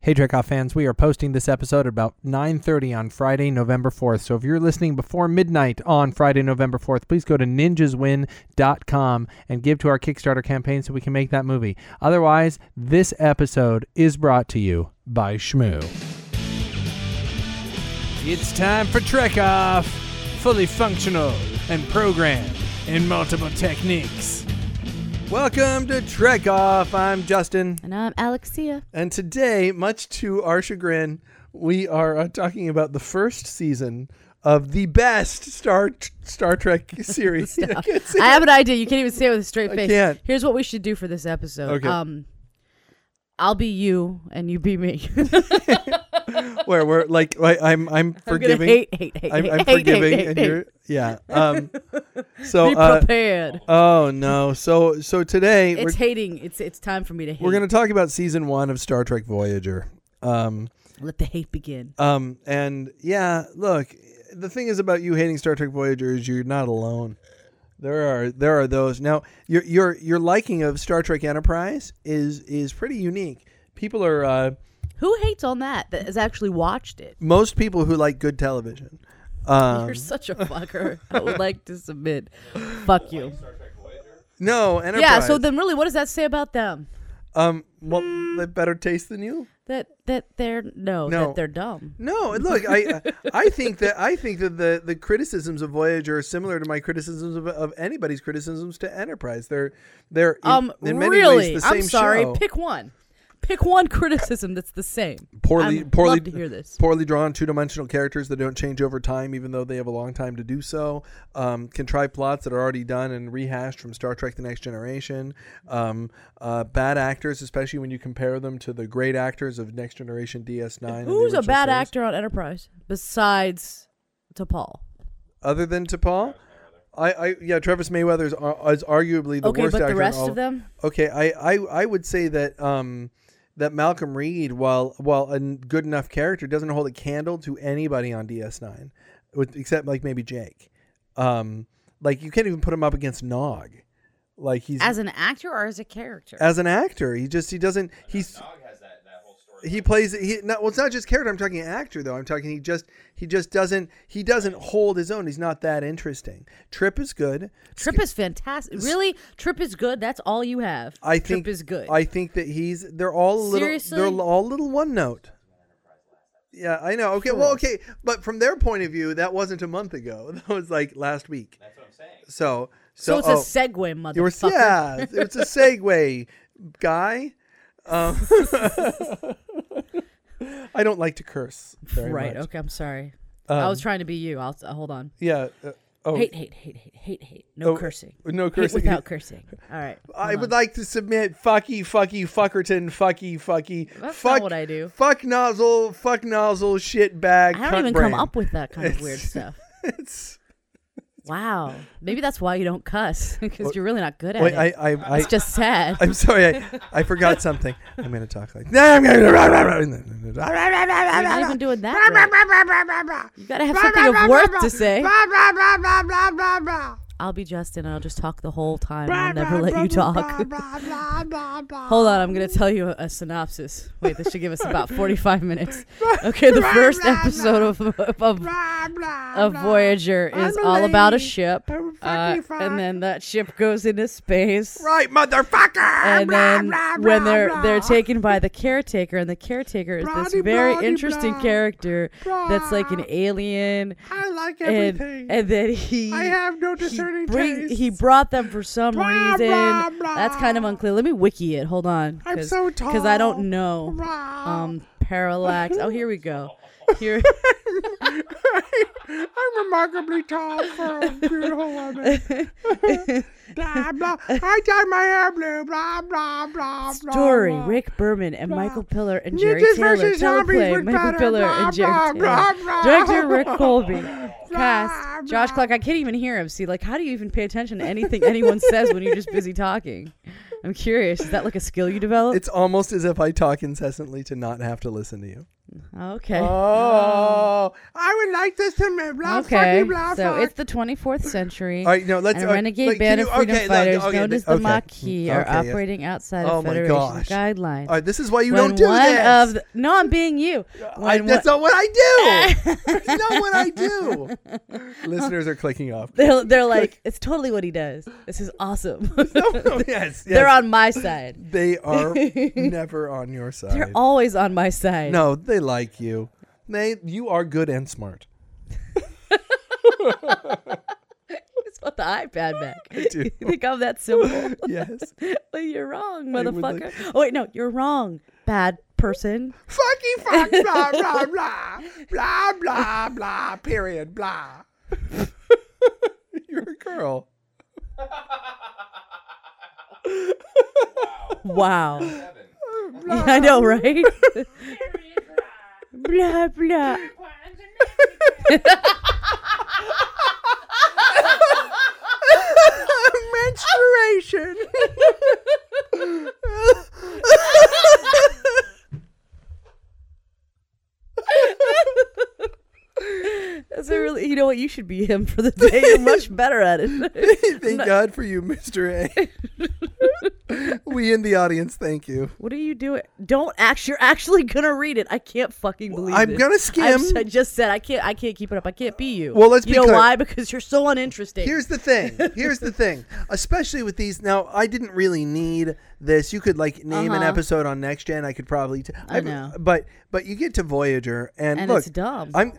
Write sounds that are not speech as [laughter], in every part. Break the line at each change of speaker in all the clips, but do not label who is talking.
Hey Dracoff fans, we are posting this episode about 9:30 on Friday, November 4th. So if you're listening before midnight on Friday, November 4th, please go to ninjaswin.com and give to our Kickstarter campaign so we can make that movie. Otherwise, this episode is brought to you by Shmoo. It's time for Trek Off, fully functional and programmed in multiple techniques. Welcome to Trek Off. I'm Justin.
And I'm
[laughs]
Alexia.
And today, much to our chagrin, we are uh, talking about the first season of the best Star Star
[laughs]
Trek series. I can't say
I have an idea. You can't even say it with a straight face.
can't.
Here's what we should do for this episode.
Okay.
Um, I'll be you and you be me.
[laughs]
[laughs]
where we're like, like I'm I'm
I'm gonna
forgiving.
hate, hate, hate,
I'm,
hate,
I'm
hate,
forgiving,
hate,
and
hate.
you're
[laughs]
yeah. Um, so
Be
uh,
prepared.
oh no, so so today we're
it's hating. It's it's time for me to hate.
we're gonna talk about season one of Star Trek Voyager. Um,
let the hate begin.
um, and yeah, look, the thing is about you hating Star Trek Voyager is you're not alone. There are there are those. Now your your your liking of Star Trek Enterprise is is pretty unique. People are uh,
Who hates on that that has actually watched it?
most people who like good television. Um,
You're such a fucker. [laughs] I would like to submit. Fuck you.
no, Enterprise.
Yeah. So then, really, what does that say about them?
um, well, they better taste than you.
That that they're no,
No.
that they're dumb.
No, and look, I [laughs] I think that I think that the, the criticisms of Voyager are similar to my criticisms of, of anybody's criticisms to Enterprise. They're they're in,
Um,
in many
really?
ways the same
I'm sorry.
show.
Pick one. Pick one [laughs] criticism that's the same.
poorly
I'd
poorly
love to hear this.
poorly drawn two dimensional characters that don't change over time, even though they have a long time to do so. Um, contrived plots that are already done and rehashed from Star Trek: The Next Generation. Um, uh, bad actors, especially when you compare them to the great actors of Next Generation DS9. [laughs] and the
Who's a
original
bad
series.
actor on Enterprise besides T'Pol?
other than T'Pol? I, I yeah, Travis Mayweather is, ar- is arguably the
okay,
worst
but
actor. in
the rest
all-
of them.
Okay, I, I, I would say that um that Malcolm Reed, while while a n- good enough character, doesn't hold a candle to anybody on DS9, with, except like maybe Jake. Um, like you can't even put him up against Nog. Like he's
As an actor or as a character?
as an actor. He just he doesn't he's he plays he not well it's not just character I'm talking actor though I'm talking he just he just doesn't he doesn't hold his own he's not that interesting Trip is good
Trip is fantastic. Really, Trip is good. That's all you have.
I
Trip
think
is good.
I think that he's they're all a little
Seriously?
they're all little one note yeah I know okay well okay but from their point of view that wasn't a month ago [laughs] that was like last week that's what I'm saying so
so
so,
it's
oh,
a segue, motherfucker.
you were yeah it's a segue guy um, [laughs] i don't like to curse very
right.
much.
Okay, I'm sorry. I was trying to be you. I'll uh, hold on.
yeah uh, oh
Hate, hate, hate, hate, hate, hate. No
Oh,
cursing.
no
Hate
cursing.
without cursing. All right.
[laughs] I
hold
would
on.
like to submit fucky, fucky, fuckerton, fucky, fucky.
That's not
fuck,
what I do.
Fuck nozzle, fuck nozzle, shit bag.
I
cunt
don't even
brain. [laughs]
come up with that kind of weird stuff.
It's,
Wow. Maybe that's why you don't cuss [laughs] because you're really not good at
wait,
it.
I, I, I,
it's just sad.
I'm sorry, I, I forgot something. I'm gonna talk like. I'm gonna.
You're not even doing that. right.
[laughs]
You gotta have something of worth to say. I'll be Justin, and I'll just talk the whole time. I'll never let you talk. [laughs] Hold on, I'm gonna tell you a, a synopsis. Wait, this should give us about 45 minutes. Okay, the first episode of of, of Voyager is all about a ship, uh, and then that ship goes into space.
Right, motherfucker.
and then when they're they're taken by the caretaker, and the caretaker is this
Blah-de-blah-de-blah.
very interesting character that's like an alien,
I like
and
everything.
and then he
I have no
he,
discerning
bring,
taste.
he brought them for some
Blah,
reason.
blah, blah.
That's kind of unclear. Let me wiki it. Hold on,
I'm so
because I
tall.
don't know.
Blah.
Um, parallax. Oh, here we
[laughs]
go. Here.
I'm remarkably tall for
[laughs]
a beautiful woman. blah, blah. I dye my hair blue. Blah, blah, blah, blah.
Story:
blah.
Rick Berman and Michael Pillar and
Ninjas
Jerry Taylor.
versus zombies
Teleplay:
was
Michael
better.
Pillar
Blah,
and
blah,
Jerry
blah,
Taylor.
blah.
Director: Rick Colby.
[laughs] Blah,
Cast: Josh
blah.
Clark. I can't even hear him. See, like, how do you even pay attention to anything anyone says when you're just busy talking? I'm
[laughs]
curious. Is that like a skill you develop?
It's almost as if I talk incessantly to not have to listen to you.
Okay.
uh, Oh, I would like this to be blah,
okay.
fucky, blah,
so
fuck.
it's the 24th century.
all right. No, let's
and a
uh,
renegade
like,
band
can
of
you-
freedom
okay, no,
fighters
okay,
known
th-
as the
okay. Mm,
Maquis are
Okay, yes.
operating outside
Oh
of
my
Federation
gosh.
guidelines.
All right, this is why you
when
don't do
one
this.
of the, no, I'm being you.
I,
When
that's
one-
not what I
[laughs]
do. that's not what I do. Listeners are clicking off. [laughs]
they're, they're like, it's totally what he does. This is awesome.
No, no, yes, Oh, yes.
[laughs] They're on my side.
They
[laughs]
are never on your side.
They're always on my side.
no, they like you. They, you are good and
[laughs]
smart.
[laughs] It's about
[laughs]
the iPad back.
do.
[laughs] you think I'm that simple?
[laughs]
[laughs]
Yes.
well, you're wrong,
I would
motherfucker. oh wait, no, you're wrong, bad
[laughs]
person.
Fucky fuck blah blah blah blah blah blah period blah. You're a girl.
Wow. [laughs] Yeah, I
[laughs]
know, right? [laughs] blah blah.
Menstruation.
That's a really, you know what? You should be him for the day. You're much better at it. [laughs]
thank God for you, Mr. A. we in the audience, thank you.
what are you doing? Don't act. You're actually gonna read it. I can't fucking believe
I'm
it.
gonna
I'm
skim.
s- I just said I can't. I can't keep it up. I can't be you.
Well, let's
you
be
know
clear.
why? Because you're so uninteresting.
Here's the thing. Here's the thing. Especially with these. Now, I didn't really need this. You could like name an
Uh-huh.
episode on Next Gen. I could probably. T-
I know.
But but you get to Voyager and,
and
look,
it's dumb.
I'm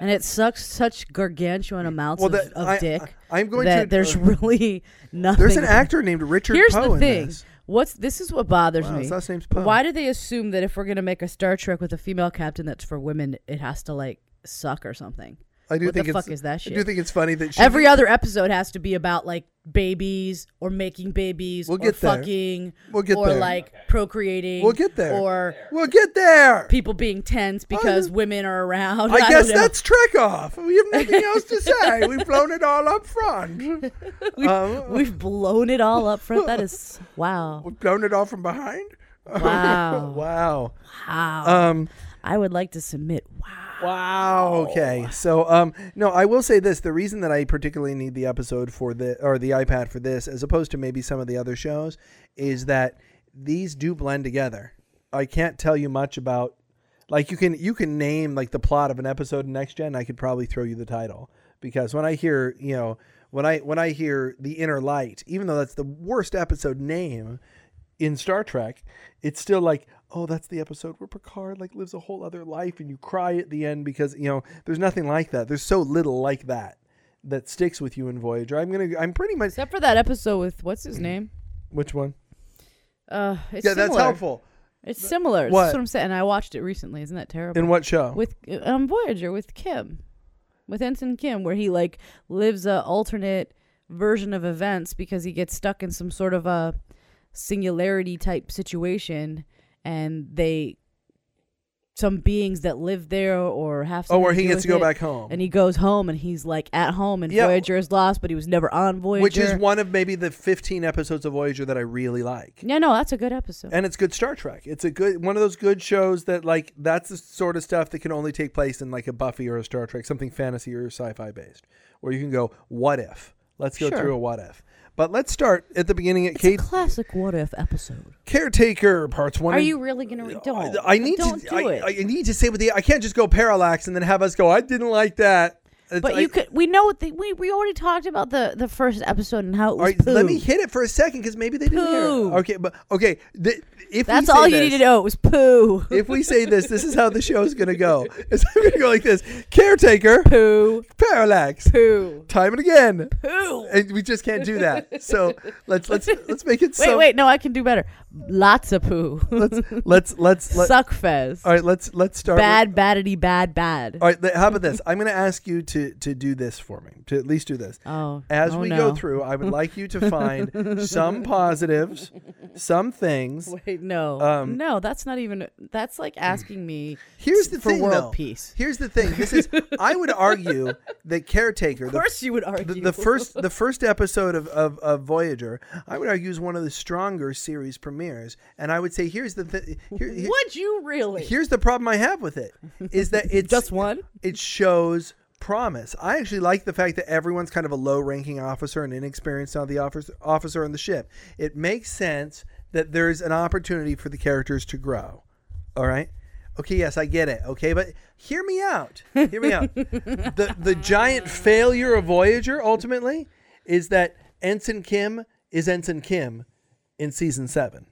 and it sucks such gargantuan amounts
well.
of,
That,
of
I,
dick
I, am going
that
to. [laughs]
there's really nothing.
there's an actor named Richard
Here's
Poe
the
in
thing.
this.
What's this is what bothers
Wow,
me.
his last name's Poe.
Why do they assume that if we're gonna make a Star Trek with a female captain that's for women, it has to like suck or something?
I do
what
think
the
it's,
fuck is that
I do
shit?
think it's funny that she,
Every other episode has to be about like babies or making babies
We'll
or
get there.
fucking
We'll get
or
there.
like procreating.
We'll get there.
Or
We'll get there.
people being tense because women are around. [laughs]
I,
don't
guess
know.
that's Trek off. We have
[laughs]
nothing else to say. We've blown it all up front.
we've,
um,
we've blown it all up front.
[laughs]
That is wow.
We've blown it all from behind. [laughs]
Wow.
wow.
Wow.
Um.
I would like to submit wow.
Wow.
Oh.
Okay. So, um, no, I will say this: the reason that I particularly need the episode for the or the iPad for this, as opposed to maybe some of the other shows, is that these do blend together. I can't tell you much about, like you can you can name like the plot of an episode in Next Gen. I could probably throw you the title because when I hear you know when I when I hear the Inner Light, even though that's the worst episode name in Star Trek, it's still like, oh, that's the episode where Picard like lives a whole other life and you cry at the end because, you know, there's nothing like that. There's so little like that that sticks with you in Voyager. I'm going to I'm pretty much
Except for that episode with what's his name?
which one?
Uh, it's
yeah,
similar.
that's helpful.
It's similar.
What?
That's what I'm saying. And I watched it recently. Isn't that terrible?
In what show?
with uh, um Voyager with Kim, with Ensign Kim, where he like lives a alternate version of events because he gets stuck in some sort of a singularity type situation, and they some beings that live there or have
oh,
something
where he
do
gets to go
with it,
back home.
and he goes home and he's like at home and
Yeah.
Voyager is lost, but he was never on Voyager.
which is one of maybe the 15 episodes of Voyager that I really like.
yeah, no, that's a good episode.
And it's good Star Trek. It's a good one of those good shows that like that's the sort of stuff that can only take place in like a Buffy or a Star Trek, something fantasy or sci-fi based, where you can go, what if? Let's go
Sure.
through a what if. But let's start at the beginning at
It's a
Kate
classic what if episode.
Caretaker parts one.
Are
and-
you really gonna read? Don't.
I, I need
don't
to.
do
I,
it.
I need to say with the. I can't just go parallax and then have us go. I didn't like that. It's-
But
I-
you could. We know what the, we we already talked about the the first episode and how it
All
was
right, let me
poo.
hit it for a second because maybe they didn't hear.
Poo.
It. Okay, but okay. th- if we
That's
say
all you
this-
need to know. It was
[laughs]
poo.
if we say this, this is how the show is going to go. [laughs] It's going to go like this: caretaker,
poo.
parallax,
Poo.
time and again.
Poo.
And we just can't do that. So let's let's let's make it.
[laughs] Wait,
so,
wait. No, I can do better. Lots of poo.
Let's let's let's. [laughs] let-
Suck fez.
all right, let's let's start. with-
bad, badity, bad, bad.
all right, th- how about this? I'm going to ask you to to to do this for me. To at least do this.
Oh,
As
oh
we
no.
go through, I would like you to find some positives, some things.
[laughs] Wait, no,
Um,
no, that's not even. That's like asking me
Here's the
for
thing,
world
though.
peace.
Here's the thing. This is I would argue
[laughs]
that caretaker,
Of
the
course, you would
the,
[laughs] argue
the first the first episode of, of, of Voyager, I would argue is one of the stronger series premieres, and I would say here's the th- here, here-
Would you really?
here's the problem I have with it is
[laughs]
that it's
Just one?
It shows promise. I actually like the fact that everyone's kind of a low ranking officer and inexperienced on the officer officer on the ship. It makes sense that there's an opportunity for the characters to grow. All right. Okay, yes, I get it. Okay, but hear me out. Hear me
[laughs]
out. the the giant failure of Voyager ultimately is that Ensign Kim is Ensign Kim in season 7.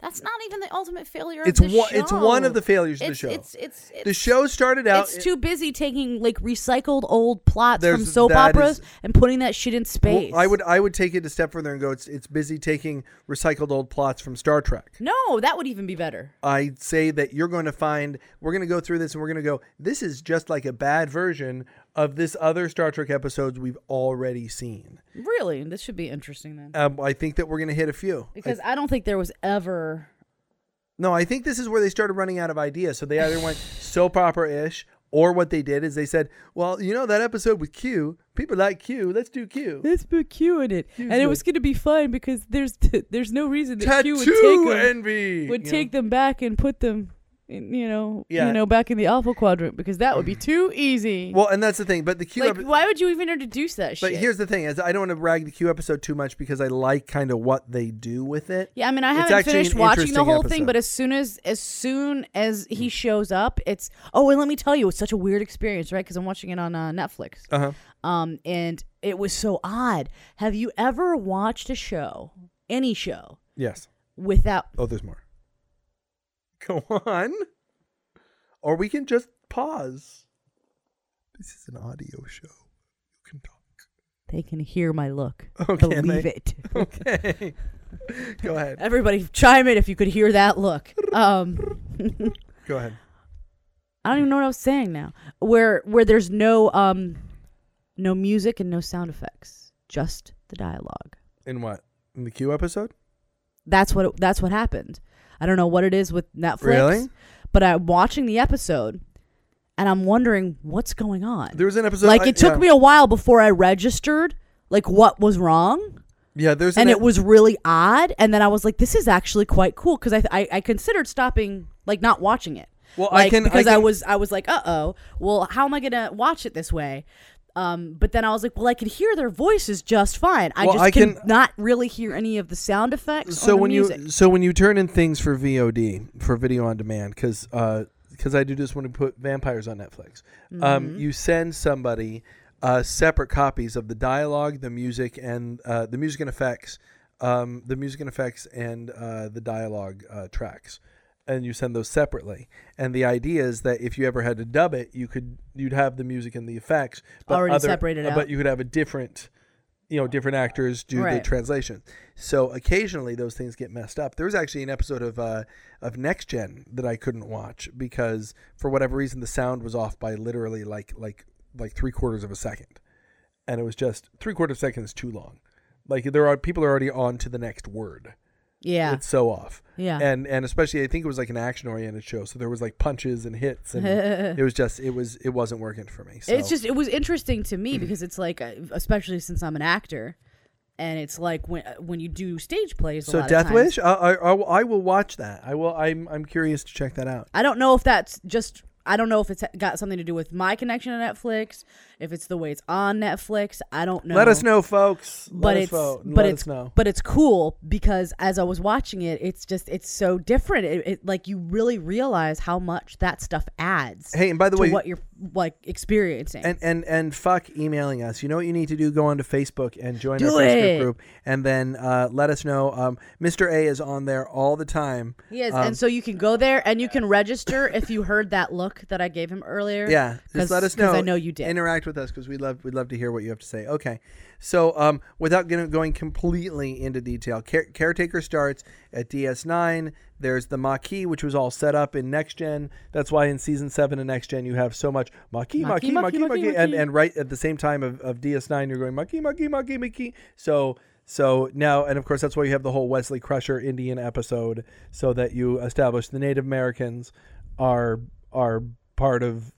That's not even the ultimate failure
It's
of the
one
show.
it's one of the failures of the
It's-
show.
It's it's it's,
the show started out
it's too busy taking like recycled old plots from
There's-
soap
that
operas
is-
and putting that shit in
Well,
space.
I would I would take it a step further and go. It's it's busy taking recycled old plots from Star Trek.
no, that would even be better.
I say that you're going to find we're going to go through this and we're going to go. This is just like a bad version of this other Star Trek episodes we've already seen.
Really, this should be interesting then,
Um, I think that we're going to hit a few.
because I don't think there was ever.
No, I think this is where they started running out of ideas. So they either went soap opera ish. Or what they did is they said, "Well, you know that episode with Q. People like Q. Let's do Q.
Let's put Q in it, and
Usually.
it was going to be fun because there's [laughs] there's no reason that Q would take
Tattoo
them,
envy
would
you know?
take them back and put them, in, you know,
Yeah.
you know, back in the Alpha Quadrant because that would be too easy.
Well, and that's the thing. But the Q
like,
epi-
why would you even introduce that
But
shit?
here's the thing: is I don't want to rag the Q episode too much because I like kind of what they do with it.
Yeah, I mean, I
It's
haven't
actually
finished
an
watching the
interesting
whole
episode. Mm.
thing, but as soon as as soon as he shows up, it's oh, and let me tell you, it's such a weird experience, right? Because I'm watching it on uh, Netflix,
Uh-huh.
um, and it was so odd. Have you ever watched a show, any show,
Yes.
without?
Oh, there's more. Go on. Or we can just pause. This is an audio show. You can talk.
They can hear my look.
Oh, can
Believe
they?
it.
[laughs] Okay. Go ahead.
Everybody, chime in if you could hear that look. Um,
Go ahead.
I don't even know what I was saying now. Where where there's no um no music and no sound effects, just the dialogue.
In what? In the Q episode?
That's what it, that's what happened. I don't know what it is with Netflix,
Really?
but I'm watching the episode and I'm wondering what's going on.
There was an episode.
like
I-
it took
yeah.
me a while before I registered like what was wrong.
Yeah, there's
and
an
it was really odd. And then I was like, "This is actually quite cool" because I, I I considered stopping, like not watching it.
Well, I
like,
can- I
because I,
can-
was I was like, "Uh oh, well, how am I gonna watch it this way?" Um, but then I was like, "Well, I could hear their voices just fine. I
Well,
just
I
can,
can-
not really hear any of the sound effects." or
so
the
when
music.
you so when you turn in things for VOD for video on demand because because I do this when we put vampires on Netflix, um,
Mm-hmm.
you send somebody uh, separate copies of the dialogue, the music, and uh, the music and effects, um, the music and effects, and uh, the dialogue uh, tracks. And you send those separately, and the idea is that if you ever had to dub it, you could you'd have the music and the effects, but
Already
other- uh,
separated out.
but you could have a different you know different actors do the
Right.
translation so occasionally those things get messed up there was actually an episode of uh of next gen that i couldn't watch because for whatever reason the sound was off by literally like like like three quarters of a second and it was just three quarter seconds too long like there are people are already on to the next word
yeah,
it's so off
Yeah.
and and especially i think it was like an action oriented show so there was like punches and hits
[laughs]
and it was just it was it wasn't working for me so Hmm.
It's just it was interesting to me because it's like, uh, especially since I'm an actor, and it's like when uh, when you do stage plays. a
So
lot of
Death
times-
Wish, I, I, I will- I will watch that. I will. I'm I'm curious to check that out.
I don't know if that's just. I don't know if it's got something to do with my connection to Netflix, if it's the way it's on Netflix. I don't know.
Let us know, folks.
But
Let us
it's
vote and
but
let
it's
us know.
but it's cool because as I was watching it, it's just it's so different. It, it like you really realize how much that stuff adds.
Hey, and by the
to
way-
what you're like experiencing.
and and and fuck emailing us. You know what you need to do? Go onto Facebook and join
Do
our Facebook
it.
group, and then uh, let us know. Um, Mr. A is on there all the time.
Yes,
Um,
and so you can go there and you can register if you heard that look that I gave him earlier.
Yeah, just
'Cause-
let us know.
'cause I know you did.
Interact with us because we love we love to hear what you have to say. Okay, so um, without getting, going completely into detail, care, caretaker starts at DS9. There's the Maquis, which was all set up in Next Gen. That's why in season seven of Next Gen you have so much Maquis, Maquis, Maquis, Maquis, and and right at the same time of, of DS9 you're going Maquis, Maquis, Maquis, Maquis. So so now, and of course, that's why you have the whole Wesley Crusher Indian episode, so that you establish the Native Americans are are part of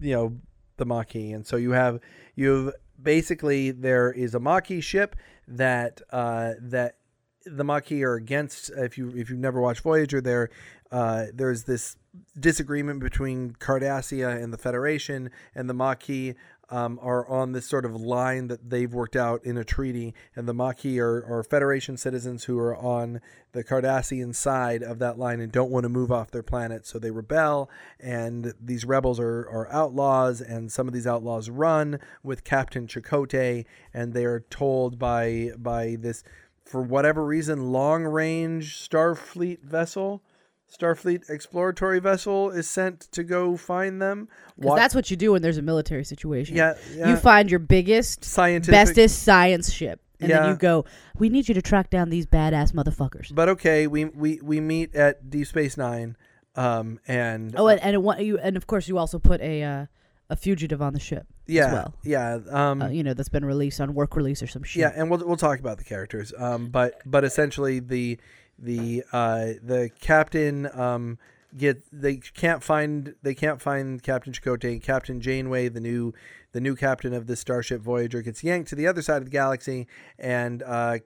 you know the Maquis, and so you have you've basically there is a Maquis ship that uh, that the Maquis are against. If you if you've never watched Voyager, there uh, there's this disagreement between Cardassia and the Federation, and the Maquis um, are on this sort of line that they've worked out in a treaty, and the Maquis are, are Federation citizens who are on the Cardassian side of that line and don't want to move off their planet, so they rebel. And these rebels are, are outlaws, and some of these outlaws run with Captain Chakotay, and they are told by by this, for whatever reason, long range Starfleet vessel. Starfleet exploratory vessel is sent to go find them.
Because that's what you do when there's a military situation.
yeah, yeah.
You find your biggest,
scientific
bestest science ship, and
Yeah.
then you go, "We need you to track down these badass motherfuckers."
But okay, we we we meet at Deep Space Nine, um, and
Oh, and, and it, wa- you, and of course you also put a uh, a fugitive on the ship
yeah,
as well.
yeah, um,
Uh, you know that's been released on work release or some shit.
yeah, and we'll we'll talk about the characters, um, but but essentially the the uh the captain um get they can't find they can't find Captain Chakotay and Captain Janeway, the new the new captain of this starship Voyager, gets yanked to the other side of the galaxy, and uh,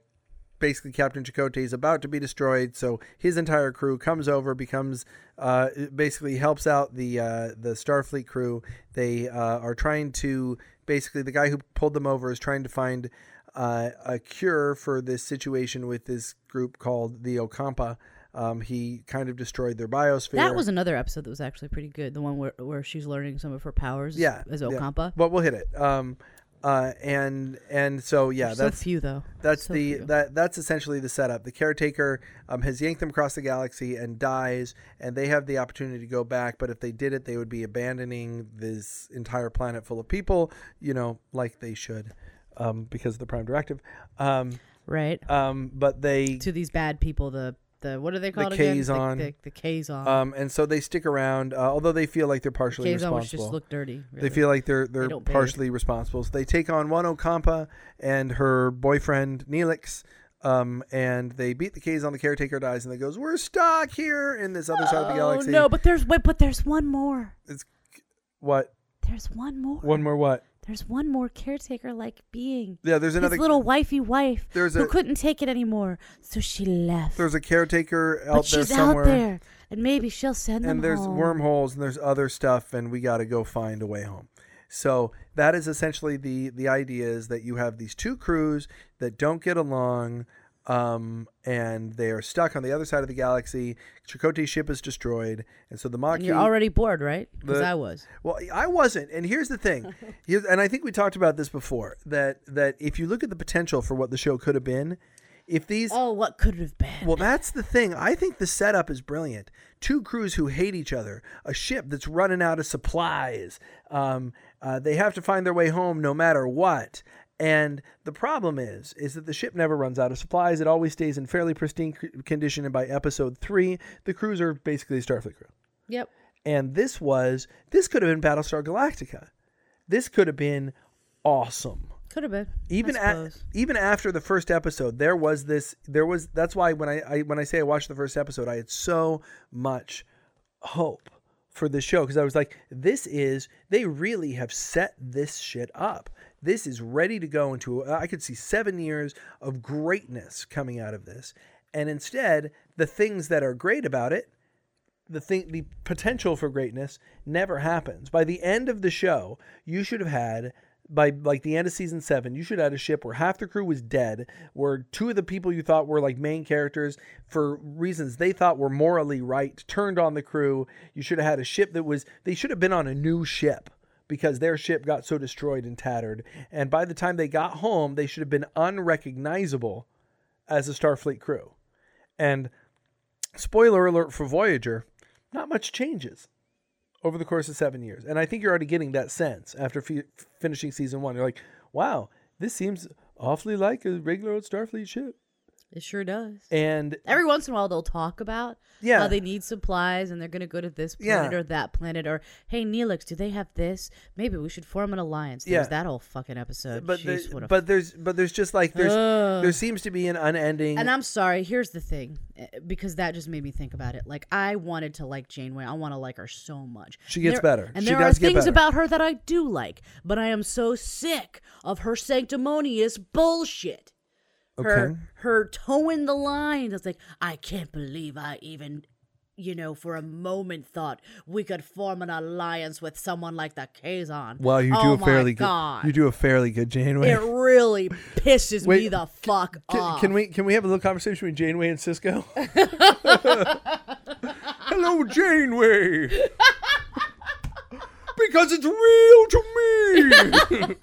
basically Captain Chakotay is about to be destroyed, so his entire crew comes over, becomes uh, basically helps out the uh, the Starfleet crew. They uh, are trying to basically the guy who pulled them over is trying to find uh, a cure for this situation with this group called the Okampa. Um, he kind of destroyed their biosphere.
That was another episode that was actually pretty good. The one where, where she's learning some of her powers.
yeah
As
yeah.
Okampa.
But we'll hit it. Um, uh, and and so yeah,
so
that's
few though.
That's
So
the
few.
that that's essentially the setup. The caretaker um, has yanked them across the galaxy and dies, and they have the opportunity to go back. But if they did it, they would be abandoning this entire planet full of people, you know, like they should, um, because of the Prime Directive. Um,
right
um, but they
to these bad people. The the what are they called again?
Kazon.
The, the, the Kazon.
um, and so they stick around, uh, although they feel like they're partially
Kazon which
responsible.
just look dirty.
They
really.
feel like they're they're
don't bathe.
partially responsible. So they take on one Okampa and her boyfriend Neelix, um, and they beat the K's on the caretaker dies, and they goes, "We're stuck here in this other
Oh,
side of the galaxy."
Oh, no, but there's wait, but there's one more.
What?
There's one more.
One more what?
There's one more caretaker like being.
Yeah, there's another.
His little wifey wife
there's
who
a
couldn't take it anymore, so she left.
there's a caretaker out
but
there
she's
somewhere,
out there, and maybe she'll send them
and there's
home.
wormholes, and there's other stuff, and we got to go find a way home. So that is essentially the the idea is that you have these two crews that don't get along, um, and they are stuck on the other side of the galaxy. Chakotay's ship is destroyed, and so the
And
Maquis.
you're already bored, right? Because
The-
I was.
well, I wasn't, and here's the
[laughs]
thing, Here's- and I think we talked about this before that that if you look at the potential for what the show could have been, if these
Oh, what could have been?
well, that's the thing. I think the setup is brilliant. Two crews who hate each other, a ship that's running out of supplies. Um, uh, they have to find their way home no matter what. And the problem is, is that the ship never runs out of supplies. It always stays in fairly pristine c- condition. And by episode three, the crews are basically a Starfleet crew.
yep.
And this was, this could have been Battlestar Galactica. This could have been awesome
Could have been.
even
I
a,
suppose.
even after the first episode there was this there was that's why when I, I when i say i watched the first episode i had so much hope for this show because i was like this is they really have set this shit up this is ready to go into i could see seven years of greatness coming out of this and instead the things that are great about it the thing the potential for greatness never happens. By the end of the show, you should have had by like the end of season seven, you should have had a ship where half the crew was dead, where two of the people you thought were like main characters for reasons they thought were morally right turned on the crew. You should have had a ship that was they should have been on a new ship because their ship got so destroyed and tattered. And by the time they got home, they should have been unrecognizable as a Starfleet crew. And spoiler alert for Voyager, not much changes over the course of seven years. And I think you're already getting that sense after fi- finishing season one. You're like, wow, this seems awfully like a regular old Starfleet ship.
It sure does.
And
Every once in a while, they'll talk about
yeah,
how they need supplies and they're going to go to this
Yeah.
planet or that planet or hey Neelix, do they have this? Maybe we should form an alliance. There's
Yeah.
that whole fucking episode.
but
Jeez,
the-
what a
but there's but there's just like there's
Ugh.
there seems to be an unending.
And I'm sorry. Here's the thing, eh, because that just made me think about it. Like I wanted to like Janeway. I want to like her so much.
She gets
There-
better.
and
She
there are
does get
things
better.
about her that I do like, but I am so sick of her sanctimonious bullshit. Her
Okay.
her toeing the line. That's like I can't believe I even. You know, for a moment, thought we could form an alliance with someone like the Kazon.
wow, you do
oh
a fairly
my God.
good. You do a fairly good Janeway. [laughs]
It really pisses me
Wait,
the fuck
Can,
off.
can we can we have a little conversation between Janeway and
[laughs]
Cisco? Hello, Janeway. because it's real to me.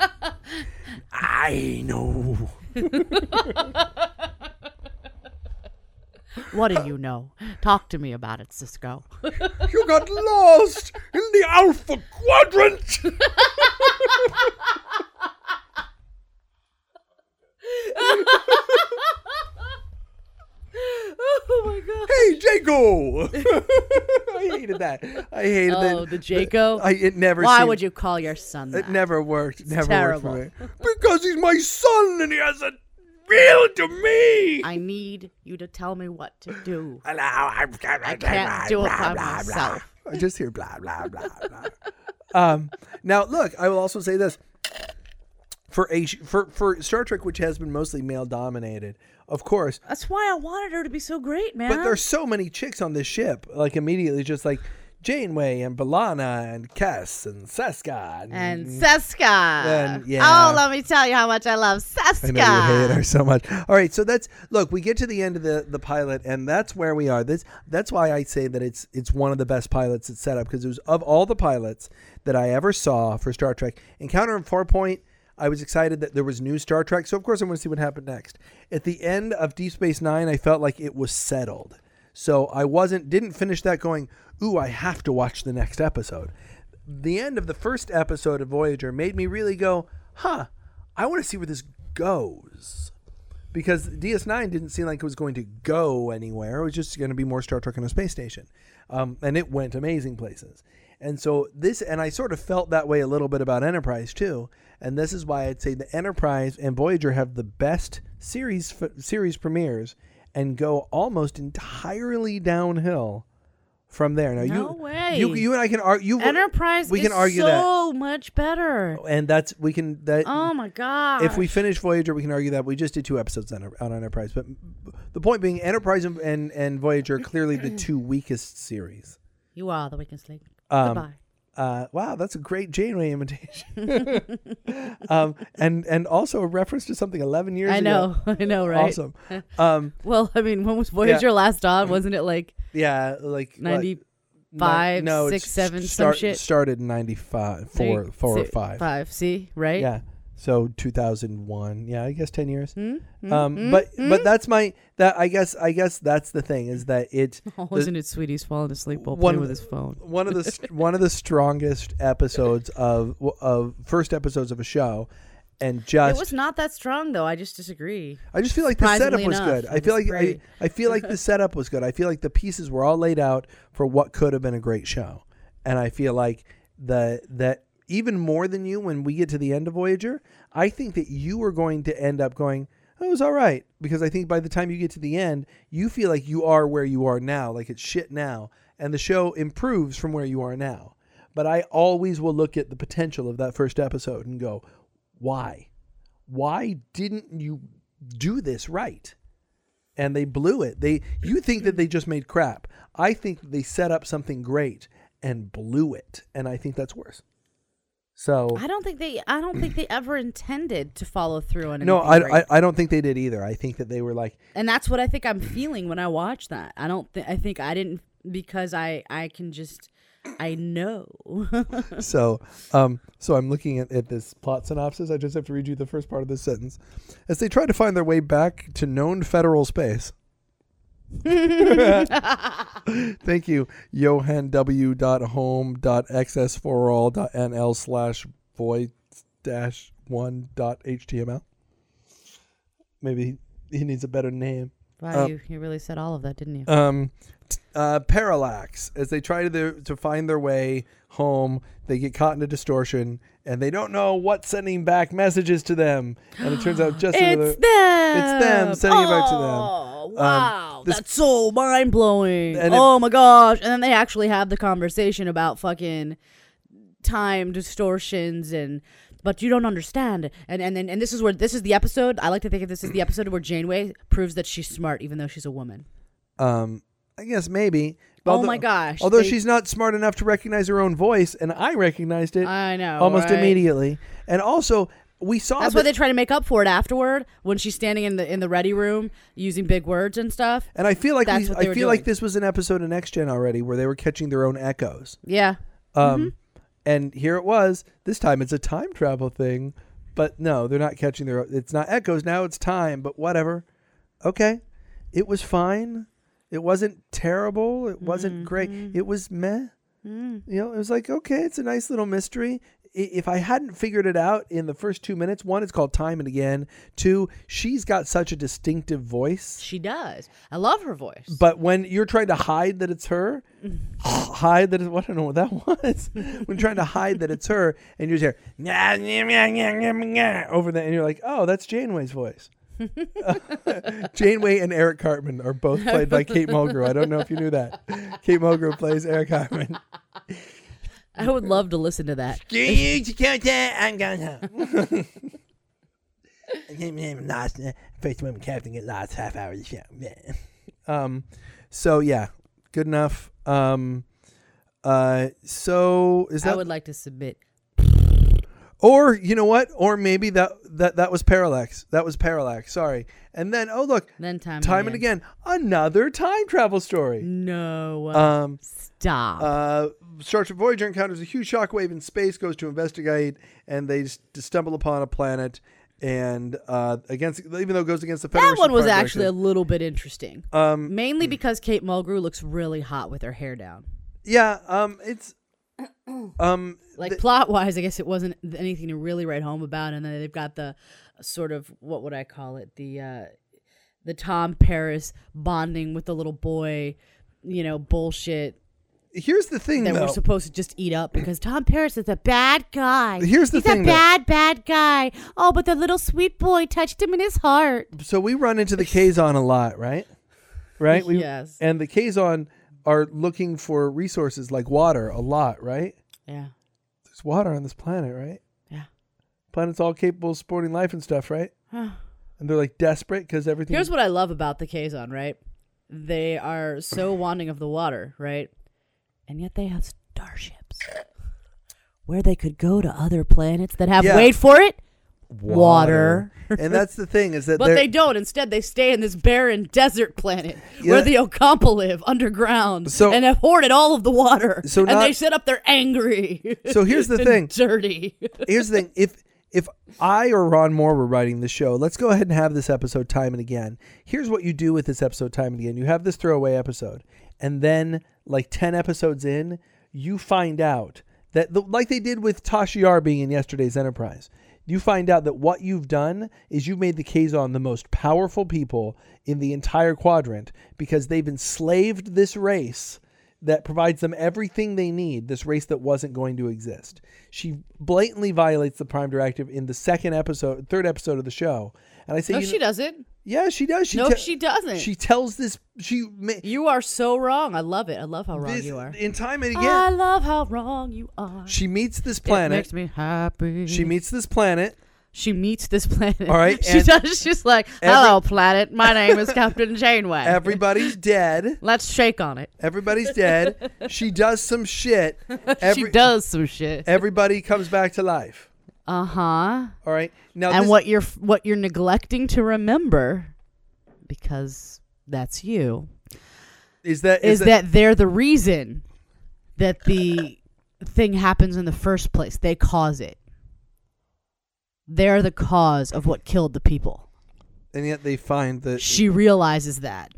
I know.
What do you know? Talk to me about it, Cisco.
You got lost in the Alpha Quadrant.
[laughs] oh my god.
Hey, Jago. [laughs] I hated that. I hated that.
Oh, the Jaco.
I, it never. Uh,
Why
seemed-
would you call your son that?
It never worked. never
terrible.
worked for me. Because he's my son and he has a real to me.
I need you to tell me what to do.
Hello, I'm
I can't do it by myself.
I just hear blah blah blah blah. um, now look, I will also say this for a sh- for for Star Trek, which has been mostly male dominated, of course.
That's why I wanted her to be so great, man.
But there's so many chicks on this ship, like immediately, just like Janeway and Balana and Kess and Seska and,
and Seska.
And- yeah.
Oh, let me tell you how much I love Seska.
I know you hate her so much. All right, so that's look. We get to the end of the the pilot, and that's where we are. This that's why I say that it's it's one of the best pilots it's set up because it was of all the pilots that I ever saw for Star Trek. Encounter and Far Point. I was excited that there was new Star Trek, so of course I want to see what happened next. At the end of Deep Space Nine, I felt like it was settled, so I wasn't didn't finish that going. Ooh, I have to watch the next episode. The end of the first episode of Voyager made me really go, huh. I want to see where this goes. Because DS9 didn't seem like it was going to go anywhere. It was just going to be more Star Trek on a space station. Um, and it went amazing places. And so this, and I sort of felt that way a little bit about Enterprise too. And this is why I'd say the Enterprise and Voyager have the best series f- series premieres and go almost entirely downhill from there. Now
No
you,
way.
you you and I can argue.
Enterprise
We can
is
argue
so much better.
that, and that's we can that
Oh my god.
if we finish Voyager, we can argue that we just did two episodes on, on Enterprise. But the point being, Enterprise and, and, and Voyager are clearly the
[clears throat]
two weakest series.
You are the weakest link.
Um,
Goodbye.
Uh, wow, that's a great Janeway imitation. [laughs] um, and and also a reference to something 11 years
I
ago.
know. [laughs] I know, right?
Awesome. Um,
Well, I mean, when was Voyager last on? Wasn't it like
yeah, like
ninety?
like,
five,
ni- no,
six,
it's
seven, some
start-
shit?
Started in 95, four,
Three,
four or
si-
five.
Five. See, right? [laughs]
Yeah. So 2001. Yeah, I guess 10 years.
Hmm?
Um, but but that's my that I guess I guess that's the thing is that it
[laughs] Oh,
the-
isn't it sweet? He's falling asleep while
One
playing
of
with his phone.
one of the
[laughs]
st- one of the strongest episodes of of first episodes of a show, and
It
just
was not that strong, though. I just disagree.
I just feel like the setup
surprisingly
was
enough,
good.
it
I feel
was
like I,
great.
I feel like
[laughs]
the setup was good. I feel like the pieces were all laid out for what could have been a great show, and I feel like the that even more than you when we get to the end of Voyager, I think that you are going to end up going. "Oh, It was all right because I think by the time you get to the end, you feel like you are where you are now, like it's shit now, and the show improves from where you are now. But I always will look at the potential of that first episode and go, why? Why didn't you do this right? And they blew it. They you think that they just made crap. I think that they set up something great and blew it. And I think that's worse. So
I don't think they. I don't think they ever intended to follow through on.
no,
anything great.
I, I I don't think they did either. I think that they were like,
and that's what I think I'm feeling when I watch that. I don't. Th- I think I didn't because I. I can just. I know. [laughs]
so um so i'm looking at, at this plot synopsis i just have to read you the first part of this sentence as they try to find their way back to known federal space thank you johan w dot home dot xs for all dot nl slash void dash one dot html maybe He needs a better name.
Wow,
Um,
you, you really said all of that, didn't you?
Um, t- uh, parallax as they try to their, to find their way home, they get caught in a distortion and they don't know what's sending back messages to them. And it turns out just another.
it's them.
them sending it back to them.
Oh,
Um,
wow,
this-
that's so mind blowing.
And it-
Oh my gosh! And then they actually have the conversation about fucking time distortions and. But you don't understand, and and then and this is where this is the episode. I like to think of
[clears throat]
this as the episode where Janeway proves that she's smart, even though she's a woman.
Um, I guess maybe.
oh my gosh!
Although
they-
she's not smart enough to recognize her own voice, and I recognized it
I know,
almost
right?
immediately. And also, we saw
That's
that-
why they try to make up for it afterward when she's standing in the in the ready room using big words and stuff.
and I feel like
That's
these,
what
I
they
feel
were
like
doing.
this was an episode of Next Gen already where they were catching their own echoes.
Yeah,
Um, And here it was. This time it's a time travel thing, but no, they're not catching their. It's not echoes now. It's time, but whatever. Okay, it was fine. It wasn't terrible. It wasn't great. It was meh. You know, it was like okay, it's a nice little mystery. I- If I hadn't figured it out in the first two minutes, one, it's called Time and Again. Two, she's got such a distinctive voice.
she does. I love her voice.
But when you're trying to hide that it's her, [sighs] hide that it, well, I don't know what that [laughs] was. when trying to hide that it's her, and you just hear "Nyah, nyah, nyah, nyah, nyah, nyah," over that, and you're like, oh, that's Janeway's voice. [laughs] Janeway and Eric Cartman are both played by Kate Mulgrew. I don't know if you knew that. Kate Mulgrew plays Eric Cartman.
I would love to listen to that.
Do you count that? I'm going [laughs] home. Lost, uh, First woman captain get lost half hour of the show. Yeah. [laughs] Um, so yeah, good enough. Um, uh, so is
I
that
would like to submit.
or you know what? Or maybe that that that was parallax. That was parallax. Sorry. And then oh look,
Then time.
time and again, another time travel story.
No. uh,
Um,
stop.
Uh, Star Trek Voyager encounters a huge shockwave in space, goes to investigate, and they s- stumble upon a planet. And uh, against, even though it goes against the Federation,
that one was
Federation-
actually a little bit interesting. Um,
hmm.
Mainly because Kate Mulgrew looks really hot with her hair down.
yeah. Um,
[clears throat]
it's um,
Like
the-
plot wise, I guess it wasn't anything to really write home about. And then they've got the sort of what would I call it the uh, the Tom Paris bonding with the little boy, you know, bullshit
here's the thing
that
though.
we're supposed to just eat up because Tom Paris is a bad guy.
Here's the
He's
thing,
a
though.
bad bad guy. Oh, but the little sweet boy touched him in his heart.
so we run into the Kazon a lot, right? Right. We,
Yes.
And the Kazon are looking for resources like water a lot, right?
Yeah.
There's water on this planet, right?
Yeah.
Planet's all capable of supporting life and stuff, right?
Huh.
And they're like desperate because everything.
Here's what I love about the Kazon, right? They
[sighs]
are so wanting of the water, right? And yet they have
[sighs]
starships where they could go to other planets that have,
Yeah.
wait for it, water.
and that's the thing is that
[laughs] But
they're-
they don't. Instead, they stay in this barren desert planet
Yeah.
where the Okampa live underground
So-
and have hoarded all of the water.
So
and
not-
they sit up there angry.
[laughs] So here's the
and
thing.
dirty.
[laughs] here's the thing if if I or Ron Moore were writing the show, let's go ahead and have this episode time and again. Here's what you do with this episode time and again. You have this throwaway episode, and then like ten episodes in, you find out that the, like they did with Tasha Yar being in yesterday's Enterprise, you find out that what you've done is you've made the Kazon the most powerful people in the entire quadrant because they've enslaved this race that provides them everything they need, this race that wasn't going to exist. She blatantly violates the Prime Directive in the second episode, third episode of the show. And I say,
No,
you
she
know-
doesn't.
yeah, she does. She
No,
te-
she doesn't.
She tells this, she, ma-
You are so wrong. I love it. I love how wrong
this,
you are.
in time and
I
again,
love how wrong you are.
she meets this
It
planet.
makes me happy.
She meets this planet.
she meets this planet.
All right,
[laughs] she
and-
does. She's like, "Hello, planet. My name is Captain Janeway.
[laughs]
[laughs]
Everybody's dead.
Let's shake on it."
Everybody's dead. She does some shit.
[laughs] she does some shit.
Everybody comes back to life.
Uh huh.
All right. Now,
And
this-
what you're what you're neglecting to remember, because that's you,
is that?
is,
Is,
that, they're the reason that the thing happens in the first place. They cause it. They're the cause of what killed the people.
And yet they find that.
she realizes that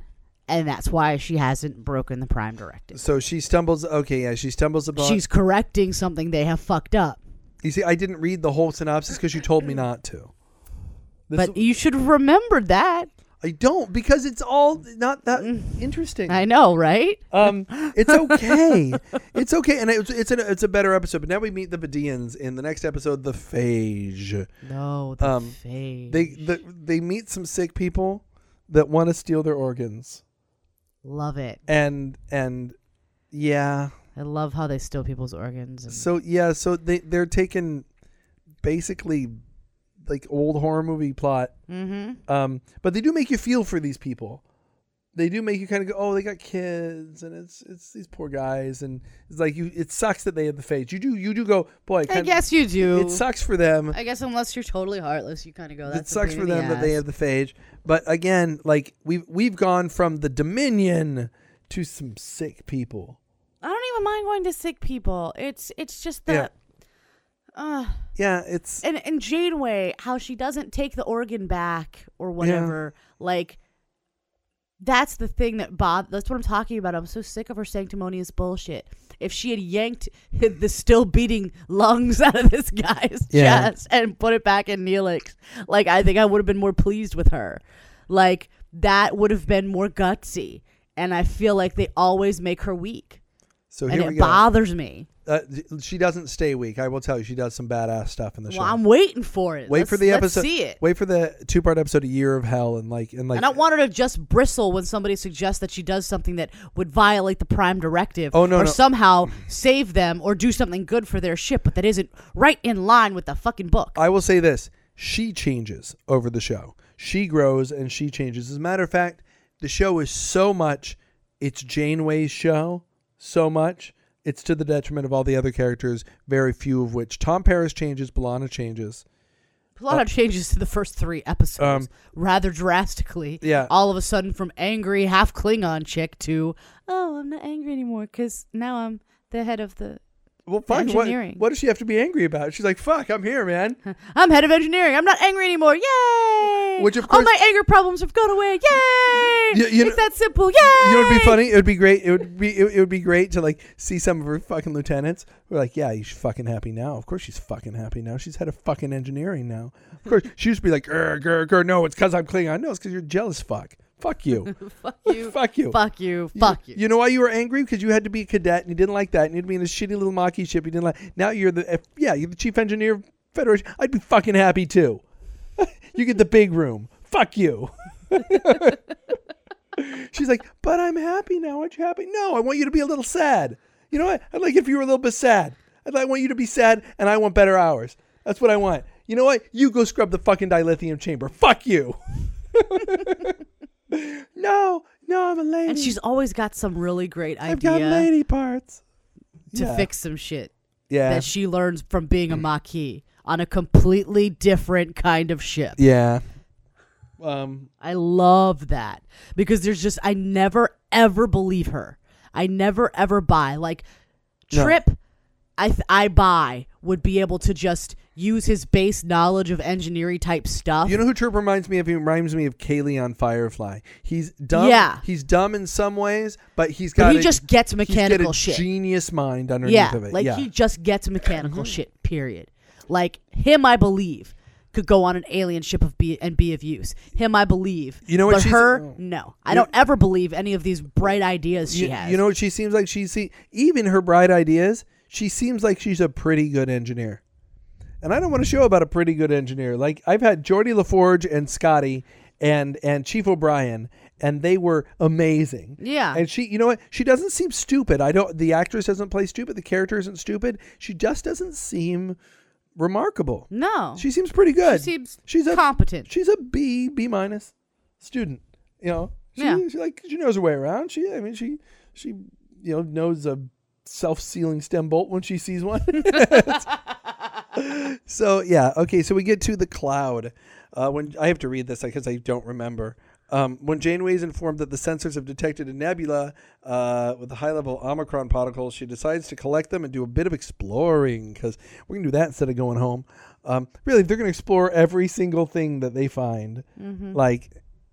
and that's why she hasn't broken the prime directive
so she stumbles. Okay, yeah, she stumbles upon.
she's correcting something they have fucked up
You see, I didn't read the whole synopsis because you told me not to. This,
but you should have remembered that
I I don't because it's all not that interesting.
Mm. I know, right?
Um,
[laughs]
it's okay. it's okay, and it's it's, an, it's a better episode. But now we meet the Badians in the next episode, the Phage.
No, the
Um,
phage.
They the, they meet some sick people that want to steal their organs,
love it.
and and yeah,
I love how they steal people's organs. And
so yeah, so they they're taking basically like old horror movie plot
mm-hmm.
Um, but they do make you feel for these people. They do make you kind of go, oh, they got kids, and it's it's these poor guys, and it's like you. It sucks that they have the face. You do you do go, boy.
I
kinda-
guess you do.
it sucks for them.
I guess unless you're totally heartless, you kind of go.
It
That's a
sucks
pain
for
in the
them that they
ass."
have the phage. But again, like we've we've gone from the Dominion to some sick people.
I don't even mind going to sick people. It's it's just
Yeah.
that. Uh,
Yeah, it's
and and Janeway, how she doesn't take the organ back or whatever, like that's the thing that Bob. That's what I'm talking about. I'm so sick of her sanctimonious bullshit. If she had yanked [laughs] the still beating lungs [laughs] out of this guy's
Yeah.
chest and put it back in Neelix, like I think I would have been more pleased with her. Like that would have been more gutsy. And I feel like they always make her weak,
so
and
here we
it
go.
bothers me.
uh, she doesn't stay weak. I will tell you, she does some badass stuff in the
Well,
show.
I'm waiting for it.
Wait
Let's-
for the
let's
episode.
See it.
Wait for the two part episode, a year of hell, and like and like.
I don't want her to just bristle when somebody suggests that she does something that would violate the prime directive
Oh, no,
or
no.
somehow save them or do something good for their ship, but that isn't right in line with the fucking book.
I will say this: she changes over the show. She grows and she changes. As a matter of fact, the show is so much. It's Janeway's show so much. It's to the detriment of all the other characters, very few of which Tom Paris changes, Bellana changes.
a lot of changes to the first three
uh, Um,
episodes rather drastically.
Yeah.
All of a sudden, from angry half Klingon chick to, oh, I'm not angry anymore because now I'm the head of the.
Well, fuck, what,
Engineering.
what does she have to be angry about? She's like, fuck, I'm here, man.
I'm head of engineering. I'm not angry anymore. Yay!
Which, of
all
course-
my anger problems have gone away. Yay!
You- you
it's
know-
that simple. Yay!
You know, it'd be funny. It would be great. It would be. It, it would be great to like see some of her fucking lieutenants. who are like, yeah, she's fucking happy now. Of course, she's fucking happy now. She's head of fucking engineering now. Of course, she used to be like, grr, grr, grr. No, it's because I'm Klingon. No, it's because you're jealous. Fuck. Fuck you.
Fuck you.
fuck Oh. you.
Fuck you. Fuck you.
You know why you were angry? Because you had to be a cadet and you didn't like that. And you'd be in a shitty little Maquis ship. You didn't like. Now you're the if- yeah. You're the chief engineer of Federation. I'd be fucking happy too. [laughs] you get the big room. Fuck you. [laughs] She's like, but I'm happy now. Aren't you happy? No, I want you to be a little sad. You know what? I'd like if you were a little bit sad. I'd like, I want you to be sad, and I want better hours. That's what I want. You know what? You go scrub the fucking dilithium chamber. Fuck you. [laughs] no, no, I'm a lady.
And she's always got some really great
I've got
idea
lady parts.
to
Yeah.
fix some shit
Yeah. Mm.
that she learns from being a Maquis on a completely different kind of ship.
yeah. Um.
I love that because there's just I never ever believe her. I never ever buy like
No.
Trip. I th- I buy would be able to just use his base knowledge of engineering type stuff.
You know who Trip reminds me of? He reminds me of Kaylee on Firefly. He's dumb.
Yeah.
He's dumb in some ways, but he's got.
but he
a-
just gets
he's got
mechanical
a
shit.
Genius mind underneath
yeah,
of it.
like
yeah. Mm-hmm.
he just gets mechanical shit. Period. Like him, I believe could go on an alien ship of be and be of use. Him, I believe.
You know what
But
she's-
her,
oh.
no, I
You-
don't ever believe any of these bright ideas she
you,
has.
you know what she seems like? She see even her bright ideas. She seems like she's a pretty good engineer. And I don't want to show about a pretty good engineer. Like I've had Jordy LaForge and Scotty and and Chief O'Brien, and they were amazing.
Yeah.
And she, you know what? She doesn't seem stupid. I don't. The actress doesn't play stupid. The character isn't stupid. She just doesn't seem remarkable.
no,
She seems pretty good.
She seems
she's a
competent.
She's a B B minus student. You know, she,
Yeah.
she like she knows her way around. She I mean she she you know knows a self sealing stem bolt when she sees one. [laughs] so yeah, okay. So we get to the cloud. Uh, when I have to read this because I don't remember. Um, when Janeway is informed that the sensors have detected a nebula uh, with a high level Omicron particles, she decides to collect them and do a bit of exploring because we're going to do that instead of going home. Um, really, they're going to explore every single thing that they find.
Mm-hmm.
Like,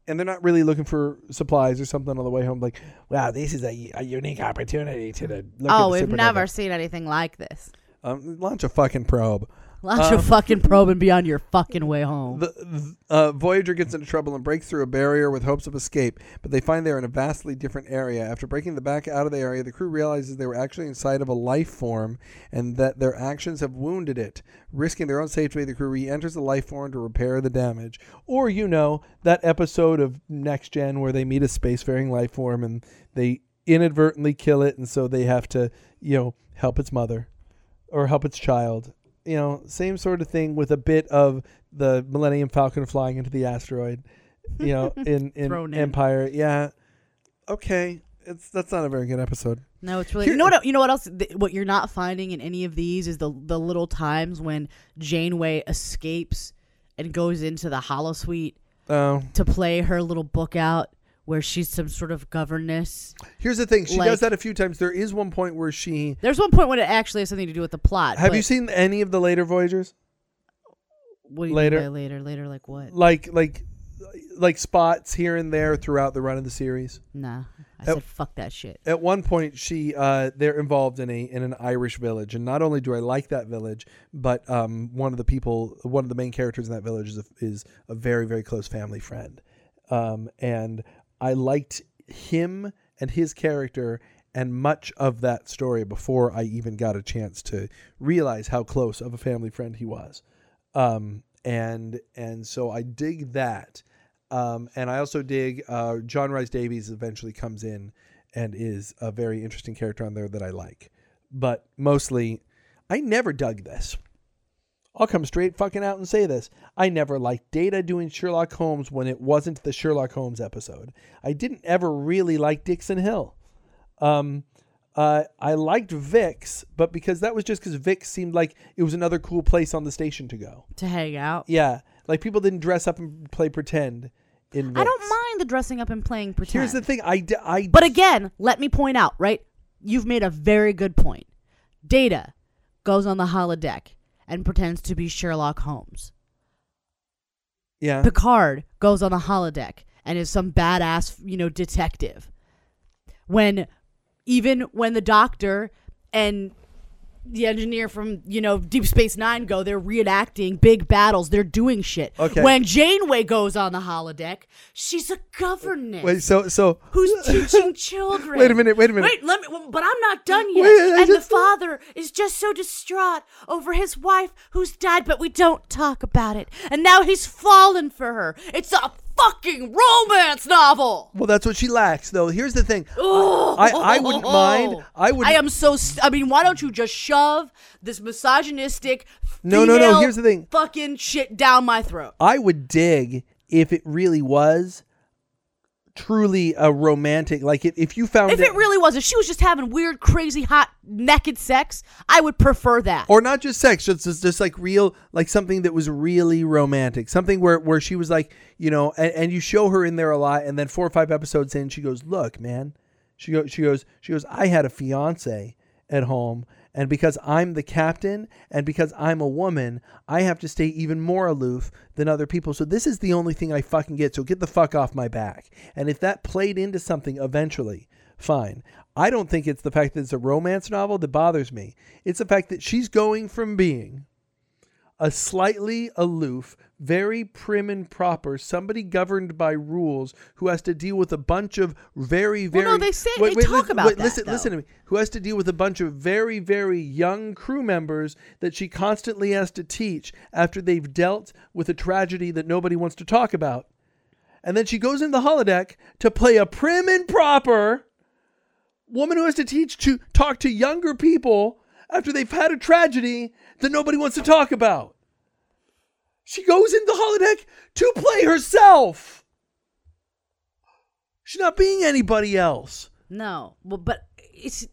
and they're not really looking for supplies or something on the way home. Like, wow, this is a, a unique opportunity to the- look at
Oh,
the
we've
supernova."
never seen anything like this.
Um, launch a fucking probe.
Lots
[laughs]
of fucking probing beyond your fucking way home.
The, th- uh, Voyager gets into trouble and breaks through a barrier with hopes of escape, but they find they're in a vastly different area. After breaking the back out of the area, the crew realizes they were actually inside of a life form and that their actions have wounded it. Risking their own safety, the crew re enters the life form to repair the damage. Or, you know, that episode of Next Gen where they meet a spacefaring life form and they inadvertently kill it, and so they have to, you know, help its mother or help its child. You know, same sort of thing with a bit of the Millennium Falcon flying into the asteroid. You know,
[laughs]
in
Thrown
in
in.
Empire, yeah. Okay, it's that's not a very good episode.
No, it's really.
Here-
you know what? You know what else? Th- what you're not finding in any of these is the the little times when Janeway escapes and goes into the Hollow Suite
Oh,
to play her little book out, where she's some sort of governess.
here's the thing. She
Like-
does that a few times. There is one point where she.
There's one point when it actually has something to do with the plot.
Have you
but
seen any of the later Voyagers?
what do you
later?
Mean by later, later, like what?
Like like like spots here and there throughout the run of the series.
Nah, I
Oh.
said fuck that shit.
At one point, she uh, they're involved in a in an Irish village, and not only do I like that village, but um, one of the people, one of the main characters in that village is a, is a very very close family friend, um, and I liked him and his character and much of that story before I even got a chance to realize how close of a family friend he was, um, and and so I dig that, um, and I also dig uh, John Rice Davies eventually comes in and is a very interesting character on there that I like. But mostly, I never dug this. I'll come straight fucking out and say this. I never liked Data doing Sherlock Holmes when it wasn't the Sherlock Holmes episode. I didn't ever really like Dixon Hill. Um, uh, I liked Vix, but because that was just because Vix seemed like it was another cool place on the station to go.
To hang out.
Yeah, like people didn't dress up and play pretend. In
I don't
Vix.
mind the dressing up and playing pretend.
Here's the thing. I, d- I
But again, let me point out, right? You've made a very good point. Data goes on the holodeck and pretends to be Sherlock Holmes.
yeah.
Picard goes on the holodeck and is some badass, you know, detective. When even when the doctor and the engineer from, you know, Deep Space 9 go, they're reenacting big battles, they're doing shit.
Okay.
When Janeway goes on the holodeck, she's a governess
Wait, so so [laughs]
who's teaching children.
Wait a minute, wait a minute.
Wait, let me. Well, but I'm not done yet.
Wait, I
and the
just-
father is just so distraught over his wife who's died, but we don't talk about it. And now he's fallen for her. It's a fucking romance novel.
Well, that's what she lacks, though. Here's the thing. I, I wouldn't mind. I would.
I am so. St- I mean, why don't you just shove this misogynistic?
No, no, no,
female
here's the thing.
Fucking shit down my throat.
I would dig if it really was truly a romantic. Like if, if you found
If it really was, if she was just having weird, crazy, hot, naked sex, I would prefer that.
or not just sex, just, just just like real, like something that was really romantic, something where where she was like, you know, and, and you show her in there a lot, and then four or five episodes in, she goes, look, man, she goes, she goes, she goes, I had a fiance at home, and because I'm the captain, and because I'm a woman, I have to stay even more aloof than other people. So this is the only thing I fucking get. So get the fuck off my back. And if that played into something eventually, fine. I don't think it's the fact that it's a romance novel that bothers me. It's the fact that she's going from being a slightly aloof, very prim and proper, somebody governed by rules who has to deal with a bunch of very,
Well,
very.
no, they say- they talk
listen,
about that,
Listen,
though.
listen to me. Who has to deal with a bunch of very, very young crew members that she constantly has to teach after they've dealt with a tragedy that nobody wants to talk about. And then she goes in the holodeck to play a prim and proper woman who has to teach to talk to younger people after they've had a tragedy that nobody wants to talk about. She goes in the holodeck to play herself. She's not being anybody else.
No, well, but it's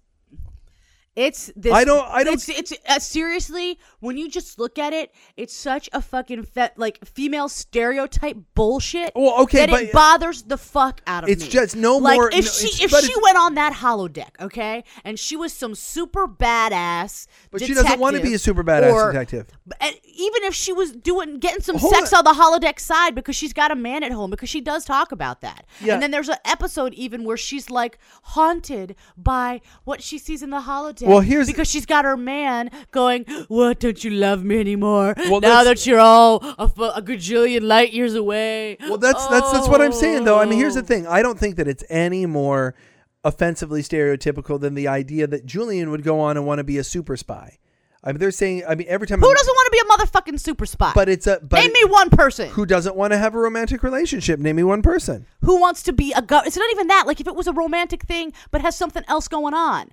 it's this.
I don't- I don't-
It's, it's uh, seriously when you just look at it, it's such a fucking fe- like female stereotype bullshit.
Well, okay,
that
but-
it bothers the fuck out of
It's
me.
just no
like,
more-
If
no, it's-
she if
but
she
it's-
went on that holodeck, okay, and she was some super badass,
But she doesn't wanna be a super badass
or-
detective.
b- And even if she was doing getting some
Hold
sex
it.
on the holodeck side because she's got a man at home because she does talk about that.
Yeah.
And then there's an episode even where she's like haunted by what she sees in the holodeck.
Well, here's-
because she's got her man going, "What don't you love me anymore?
Well,
now
that's-
that you're all a, fu- a gajillion light years away."
Well, that's that's that's what I'm saying though. I mean, here's the
Oh.
thing. I don't think that it's any more offensively stereotypical than the idea that Julian would go on and want to be a super spy. I mean, they're saying. I mean, every time.
Who
I'm-
doesn't want to be a motherfucking super spy?
But it's a. But
Name me one person.
who doesn't want to have a romantic relationship? Name me one person.
who wants to be a go- it's not even that like if it was a romantic thing but has something else going on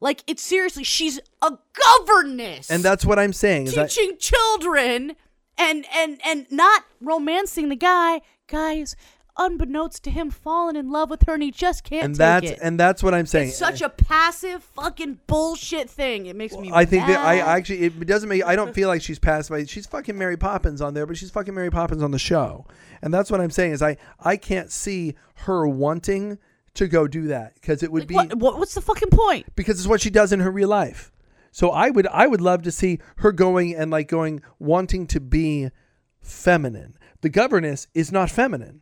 like it's seriously she's a governess
And that's what I'm saying. Is that,
teaching children and and and not romancing the guy guys unbeknownst to him falling in love with her and he just can't
and
take
that's
it
and that's what I'm saying.
it's such a passive fucking bullshit thing it makes me
I think that I
mad.
actually it doesn't make I
[laughs]
don't feel like she's passed by. She's fucking Mary Poppins on there, but she's fucking Mary Poppins on the show, and that's what I'm saying is I I can't see her wanting to go do that because it would
Like,
be
what, what what's the fucking point
because it's what she does in her real life. So I would I would love to see her going and like going wanting to be feminine. The governess is not feminine.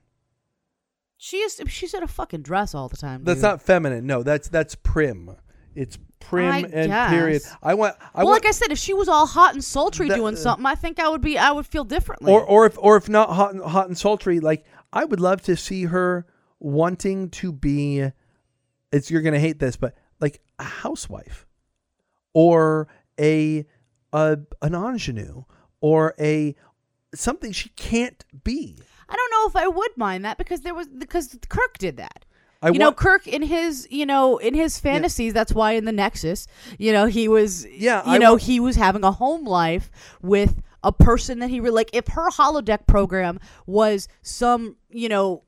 she is she's in a fucking dress all the time
That's
dude.
not feminine. No, that's that's prim. It's prim
I
and
guess.
period. I want I
well,
want
like I said, if she was all hot and sultry
That- uh,
doing something, I think I would be, I would feel differently.
or or if or if not hot and, hot and sultry, like I would love to see her wanting to be. It's you're gonna hate this, but like a housewife, or a a an ingenue, or a something she can't be.
I don't know if I would mind that because there was because Kirk did that.
I
you know,
want-
Kirk in his you know in his fantasies. That's why in the Nexus, you know, he was
Yeah,
you
I
know,
wa-
he was having a home life with a person that he really like. If her holodeck program was some you know.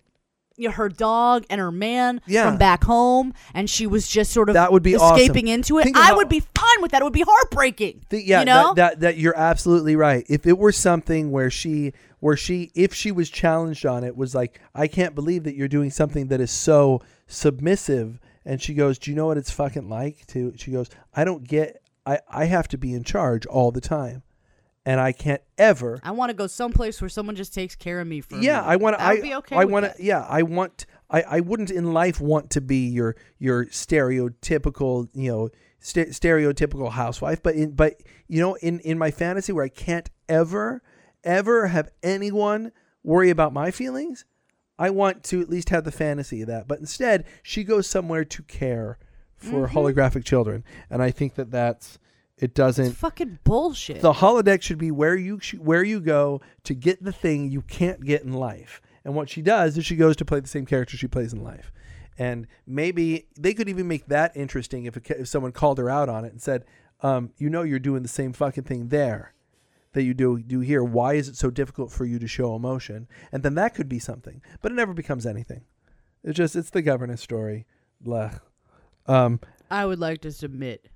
you know, Her dog and her man
Yeah.
from back home, and she was just sort of
That would be awesome.
escaping into it.
Think of
I
how-
would be fine with that. It would be heartbreaking.
Th- yeah,
you
that,
know?
that that you're absolutely right. If it were something where she where she if she was challenged on it was like, I can't believe that you're doing something that is so submissive and she goes, Do you know what it's fucking like to she goes, I don't get I, I have to be in charge all the time. And I can't ever
I want to go someplace where someone just takes care of me for. a
yeah,
minute.
I want to.
That
I,
would be okay.
I
with
want
that.
to. Yeah, I want. I, I wouldn't in life want to be your your stereotypical you know st- stereotypical housewife, but in but you know in in my fantasy where I can't ever ever have anyone worry about my feelings, I want to at least have the fantasy of that. But instead, she goes somewhere to care for
Mm-hmm.
holographic children, and I think that that's it doesn't
It's fucking bullshit.
the holodeck should be where you sh- where you go to get the thing you can't get in life. And what she does is she goes to play the same character she plays in life. And maybe they could even make that interesting if, it, ca- if someone called her out on it and said, um, "You know, you're doing the same fucking thing there that you do do here. Why is it so difficult for you to show emotion?" And then that could be something, but it never becomes anything. It's just it's the governess story. Blah. Um,
I would like to submit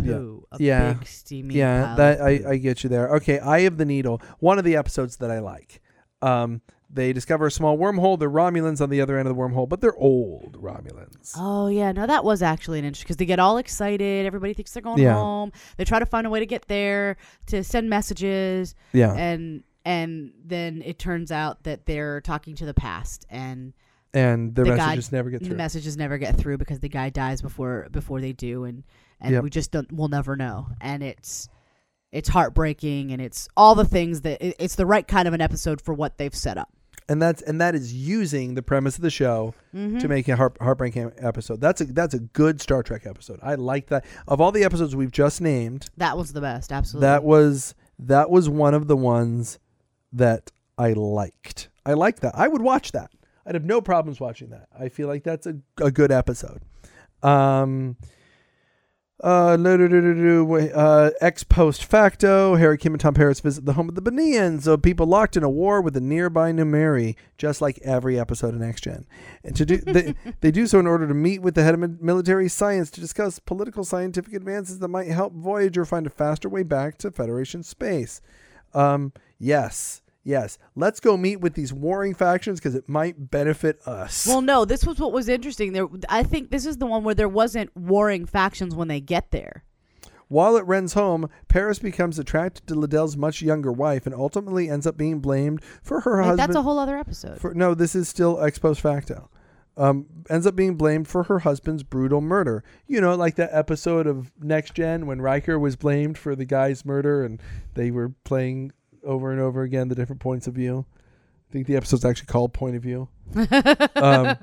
Yeah.
poo, a
Yeah.
big steamy pile
yeah
of
that I,
poo.
I get you there okay eye of the needle one of the episodes that i like um they discover a small wormhole they're romulans on the other end of the wormhole but they're old romulans
Oh yeah, no, that was actually an interesting because they get all excited. Everybody thinks they're going
Yeah.
home. They try to find a way to get there to send messages,
yeah
and and then it turns out that they're talking to the past, and
and their
the guy-
messages never get
the
through
messages never get through because the guy dies before before they do, and and
Yep.
we just don't we'll never know, and it's it's heartbreaking, and it's all the things that it, it's the right kind of an episode for what they've set up.
and that's and that is using the premise of the show
Mm-hmm.
to make a heart, heartbreaking episode that's a that's a good star trek episode i like that of all the episodes we've just named
That was the best, absolutely.
that was that was one of the ones that I liked. I liked that. I would watch that. I'd have no problems watching that. I feel like that's a, a good episode. Um uh, no, no, no, no, no, wait, uh, ex post facto, Harry Kim and Tom Paris visit the home of the Beneans, a people locked in a war with the nearby Numeri, just like every episode of Next Gen. And to do they, they do so in order to meet with the head of mi- military science to discuss political scientific advances that might help Voyager find a faster way back to Federation space. Um, yes, yes, let's go meet with these warring factions because it might benefit us.
Well, no, this was what was interesting. There, I think this is the one where there wasn't warring factions when they get there.
While at Ren's home, Paris becomes attracted to Liddell's much younger wife and ultimately ends up being blamed for her
Like,
husband.
that's a whole other episode.
for, no, this is still ex post facto. Um, ends up being blamed for her husband's brutal murder. You know, like that episode of Next Gen when Riker was blamed for the guy's murder and they were playing over and over again the different points of view. I think the episode's actually called Point of
[laughs]
View. um,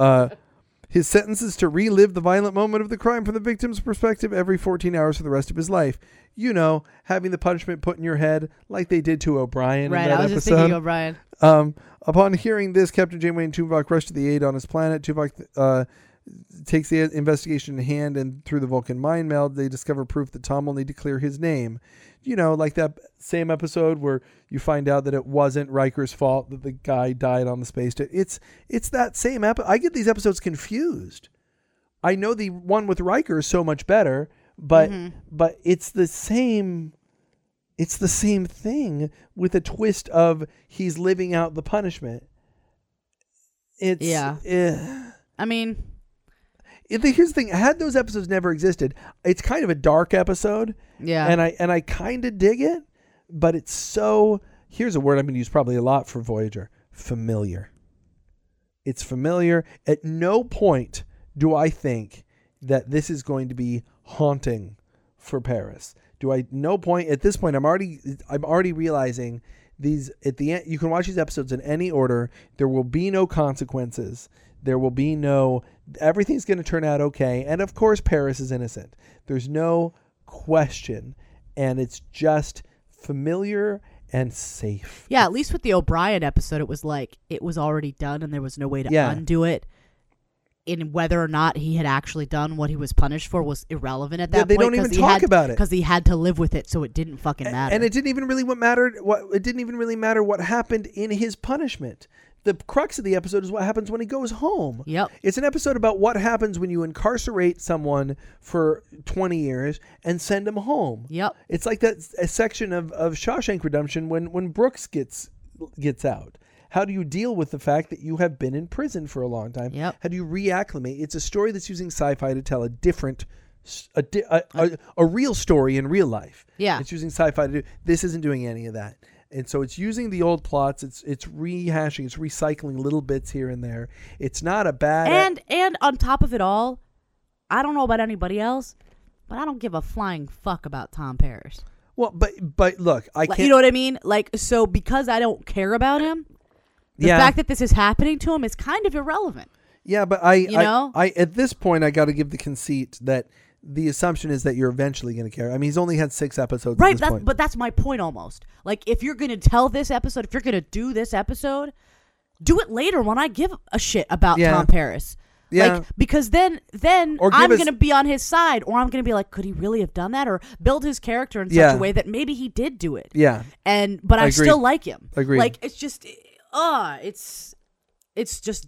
uh, his sentence is to relive the violent moment of the crime from the victim's perspective every 14 hours for the rest of his life. You know, having the punishment put in your head like they did to O'Brien
right,
in that
I was just
episode.
thinking of O'Brien.
Um, upon hearing this, Captain Janeway and Tuvok rush to the aid on his planet. Tuvok uh, takes the investigation in hand, and through the Vulcan mind meld, they discover proof that Tom will need to clear his name. You know, like that same episode where you find out that it wasn't Riker's fault that the guy died on the space. Sta- It's it's that same episode. I get these episodes confused. I know the one with Riker is so much better, but but it's the same it's the same thing with a twist of he's living out the punishment. It's
Yeah.
eh.
I mean,
It- the- here's the thing: had those episodes never existed, it's kind of a dark episode,
yeah.
and I and I kind of dig it, but it's so. Here's a word I'm going to use probably a lot for Voyager: familiar. It's familiar. At no point do I think that this is going to be haunting for Paris. Do I? No point at this point. I'm already. I'm already realizing these. At the end, you can watch these episodes in any order. There will be no consequences. There will be no. Everything's going to turn out okay. And of course, Paris is innocent. There's no question, and it's just familiar and safe.
yeah, at least with the O'Brien episode, it was like it was already done and there was no way to
Yeah.
undo it. In whether or not he had actually done what he was punished for was irrelevant at
Yeah,
that
they
point.
don't even talk about it.
because he had to live with it, so it didn't fucking
A-
matter.
And it didn't even really what mattered. What it didn't even really matter what happened in his punishment. The crux of the episode is what happens when he goes home.
Yep.
It's an episode about what happens when you incarcerate someone for 20 years and send them home.
Yep.
It's like that s- a section of, of Shawshank Redemption when when Brooks gets gets out. How do you deal with the fact that you have been in prison for a long time?
Yep.
How do you reacclimate? It's a story that's using sci-fi to tell a different s- a, di- a, a, a real story in real life.
Uh, Yeah.
It's using sci-fi to do this isn't doing any of that. And so it's using the old plots, it's it's rehashing, it's recycling little bits here and there. It's not a bad
and and on top of it all, I don't know about anybody else, but I don't give a flying fuck about Tom Paris.
well but but look, I
Like,
can't
you know what I mean? Like so because I don't care about him, the
yeah.
fact that this is happening to him is kind of irrelevant.
Yeah, but I,
You
I,
know?
I at this point I got to give the conceit that the assumption is that you're eventually going to care. I mean, he's only had six episodes. At
Right,
this
that's,
point.
but that's my point almost. Like if you're going to tell this episode, if you're going to do this episode, do it later when I give a shit about
Yeah.
Tom Paris.
Yeah.
Like because then then
Or give
I'm
us-
going to be on his side or I'm going to be like could he really have done that or build his character in such
Yeah.
a way that maybe he did do it.
yeah,
and but I
Agreed.
still like him.
Agreed.
Like it's just, uh it's it's just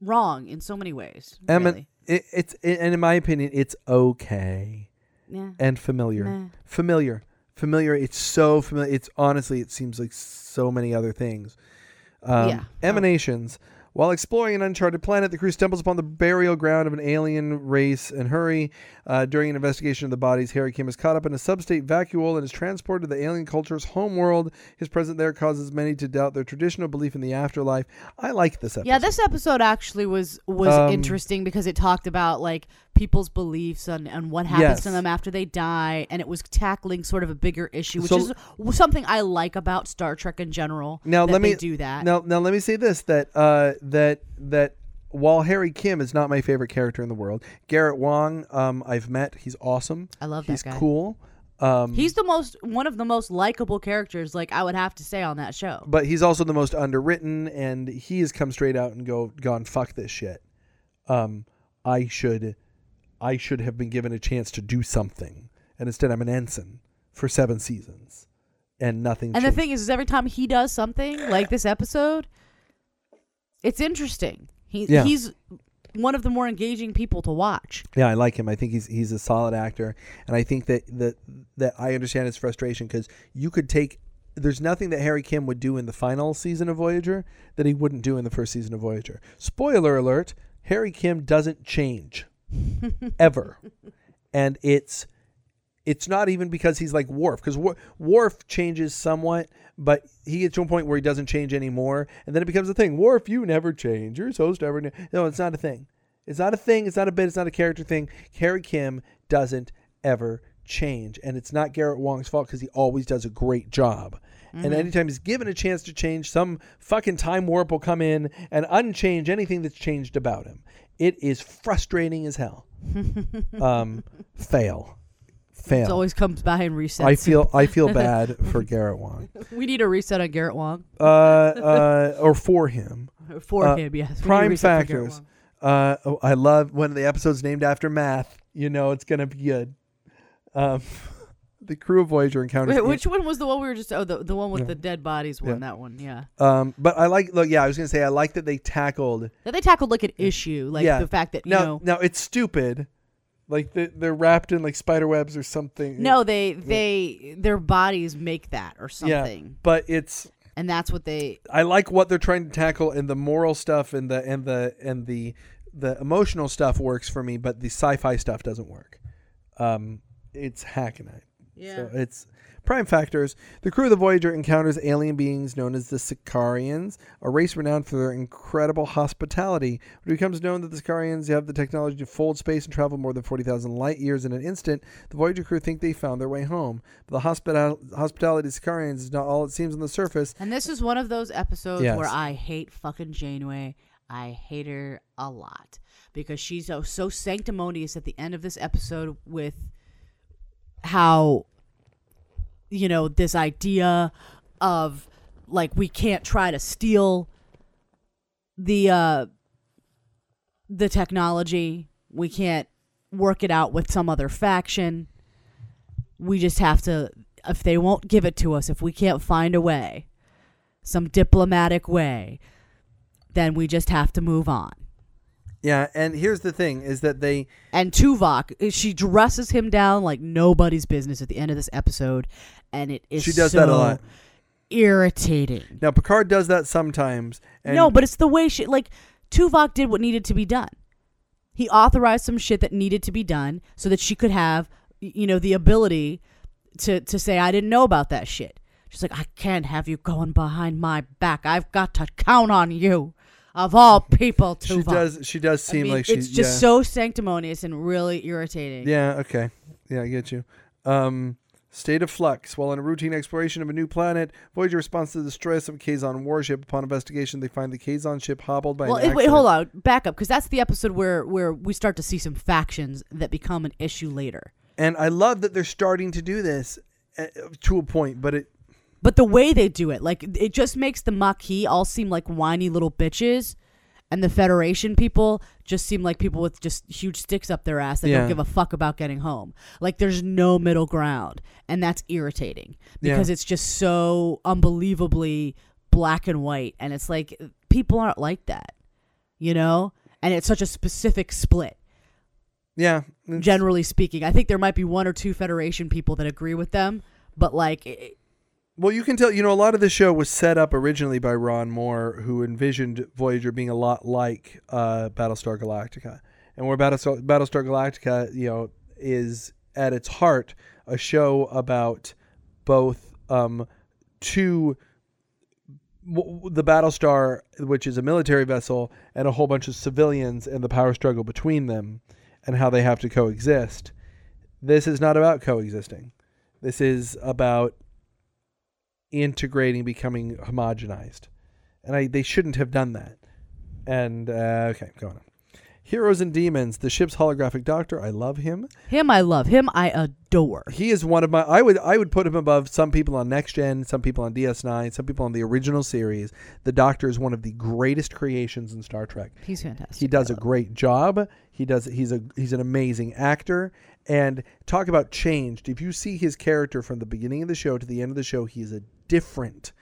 wrong in so many ways.
and
really.
it, it's and in my opinion, it's okay
yeah.
and familiar,
Meh.
familiar, familiar. It's so familiar. It's honestly, it seems like so many other things. Um,
Yeah.
Emanations. While exploring an uncharted planet, the crew stumbles upon the burial ground of an alien race and hurry. Uh, during an investigation of the bodies, Harry Kim is caught up in a substate vacuole and is transported to the alien culture's homeworld. His presence there causes many to doubt their traditional belief in the afterlife. I like this episode.
Yeah, this episode actually was was
Um,
interesting because it talked about like people's beliefs and and what happens
Yes.
to them after they die, and it was tackling sort of a bigger issue, which
So-
is w- something I like about Star Trek in general.
now
that
let
they
me
do that.
Now, now let me say this: that uh, that that while Harry Kim is not my favorite character in the world, Garrett Wong, um, I've met. He's awesome.
I love that
He's
guy.
cool. Um,
He's the most one of the most likable characters, like I would have to say on that show.
but he's also the most underwritten, and he has come straight out and go gone fuck this shit. Um, I should, I should have been given a chance to do something, and instead I'm an ensign for seven seasons, and nothing.
And the
changed.
thing is, is every time he does something like this episode, it's interesting. He
Yeah.
he's one of the more engaging people to watch.
Yeah, I like him. I think he's he's a solid actor, and I think that that that I understand his frustration because you could take. There's nothing that Harry Kim would do in the final season of Voyager that he wouldn't do in the first season of Voyager. Spoiler alert: Harry Kim doesn't change, ever, and it's It's not even because he's like Worf, because Wor- Worf changes somewhat, but he gets to a point where he doesn't change anymore, and then it becomes a thing. Worf, you never change. Your host never. knew." No, it's not a thing. It's not a thing. It's not a bit. It's not a character thing. Carrie Kim doesn't ever change, and it's not Garrett Wong's fault because he always does a great job. And anytime he's given a chance to change, some fucking time warp will come in and unchange anything that's changed about him. It is frustrating as hell. um, fail,
It
fail.
always comes by and resets.
I feel
[laughs]
I feel bad for Garrett Wong,
we need a reset on Garrett Wong
uh, uh, or for him.
for
Uh,
him. Yes, We need a
prime
reset for Garrett
factors.
Wong.
Uh, oh, I love when the episode's named after math. You know it's gonna be good. Um, [laughs] the crew of Voyager encounters.
Wait, which one was the one we were just? Oh, the, the one with
Yeah.
the dead bodies one.
Yeah.
That one, yeah.
Um, but I like. Look, yeah, I was gonna say I like that they tackled.
That they tackled like an issue, like
Yeah.
the fact that you
Now,
know.
now it's stupid. Like they, they're wrapped in like spider webs or something.
No, they they their bodies make that or
Yeah,
something,
but it's
and that's what they.
I like what they're trying to tackle and the moral stuff and the and the and the the emotional stuff works for me, but the sci-fi stuff doesn't work. Um, it's hackinite.
Yeah.
So it's prime factors. The crew of the Voyager encounters alien beings known as the Sicarians, a race renowned for their incredible hospitality. When it becomes known that the Sicarians have the technology to fold space and travel more than 40,000 light years in an instant, the Voyager crew think they found their way home. But the hospital- hospitality of Sicarians is not all it seems on the surface.
and this is one of those episodes
Yes.
where I hate fucking Janeway. I hate her a lot because she's so, so sanctimonious at the end of this episode with how you know this idea of like we can't try to steal the uh the technology we can't work it out with some other faction we just have to if they won't give it to us if we can't find a way some diplomatic way then we just have to move on
Yeah, and here's the thing is that they
and Tuvok, eh, she dresses him down like nobody's business at the end of this episode, and it is
She does
so
that a lot.
irritating.
now Picard does that sometimes. And
no, but it's the way she like Tuvok did what needed to be done. He authorized some shit that needed to be done so that she could have, y- you know, the ability to to say I didn't know about that shit. She's like, I can't have you going behind my back. I've got to count on you, of all people, Tuvok.
she does she does
I
seem
mean,
like she's
it's just
yeah.
so sanctimonious and really irritating.
Yeah, okay. Yeah, I get you. Um, state of flux. While on a routine exploration of a new planet, Voyager responds to the stress of a Kazon warship. Upon investigation, they find the Kazon ship hobbled by
Well,
an
it, wait, hold
accident.
on, back up, because that's the episode where where we start to see some factions that become an issue later.
And I love that they're starting to do this uh, to a point, but it
But the way they do it, like it just makes the Maquis all seem like whiny little bitches, and the Federation people just seem like people with just huge sticks up their ass that
Yeah.
don't give a fuck about getting home. Like there's no middle ground, and that's irritating
Yeah.
because it's just so unbelievably black and white, and it's like people aren't like that, you know. And it's such a specific split.
yeah, it's-
generally speaking. I think there might be one or two Federation people that agree with them, but like, it,
Well, you can tell, you know, a lot of the show was set up originally by Ron Moore, who envisioned Voyager being a lot like uh, Battlestar Galactica. And where Battlestar, Battlestar Galactica, you know, is at its heart a show about both um, two, w- w- the Battlestar, which is a military vessel, and a whole bunch of civilians and the power struggle between them and how they have to coexist. This is not about coexisting. This is about integrating, becoming homogenized. And I, they shouldn't have done that. And, uh, okay, going on. Heroes and Demons, the ship's holographic doctor. I love him.
him I love, him I adore.
He is one of my. I would I would put him above some people on Next Gen, some people on DS9, some people on the original series. The Doctor is one of the greatest creations in Star Trek.
He's fantastic.
He does a great job. He does. He's a he's an amazing actor. And talk about changed. If you see his character from the beginning of the show to the end of the show, he is a different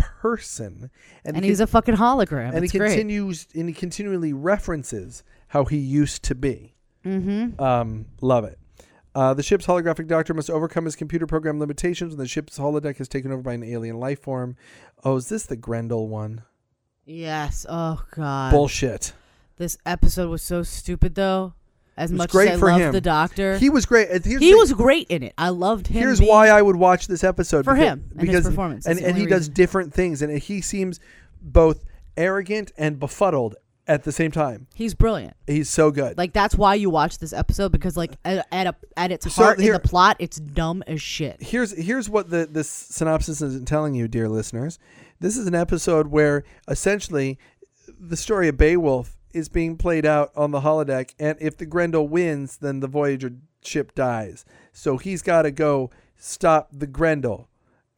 person.
and
he
he's a fucking hologram.
and
it's
he
great.
continues and he continually references how he used to be. Mm-hmm. Um, love it. Uh, the ship's holographic doctor must overcome his computer program limitations when the ship's holodeck is taken over by an alien life form. Oh, is this the Grendel one?
Yes. Oh god.
Bullshit.
this episode was so stupid though. As
was
much
great
as I
for
loved
him.
the Doctor,
He was great. And here's
he
the-
was great in it. I loved him.
Here's
being-
why I would watch this episode
For
because,
him and his
because
performance.
and,
That's the
and he
only
does
reason.
different things, and he seems both arrogant and befuddled at the same time.
he's brilliant.
He's so good.
Like that's why you watch this episode because like at at, a, at its
So
heart
here-
in the plot, it's dumb as shit.
here's here's what the this synopsis isn't telling you, dear listeners. This is an episode where essentially the story of Beowulf is being played out on the holodeck, and if the Grendel wins, then the Voyager ship dies. So he's got to go stop the Grendel,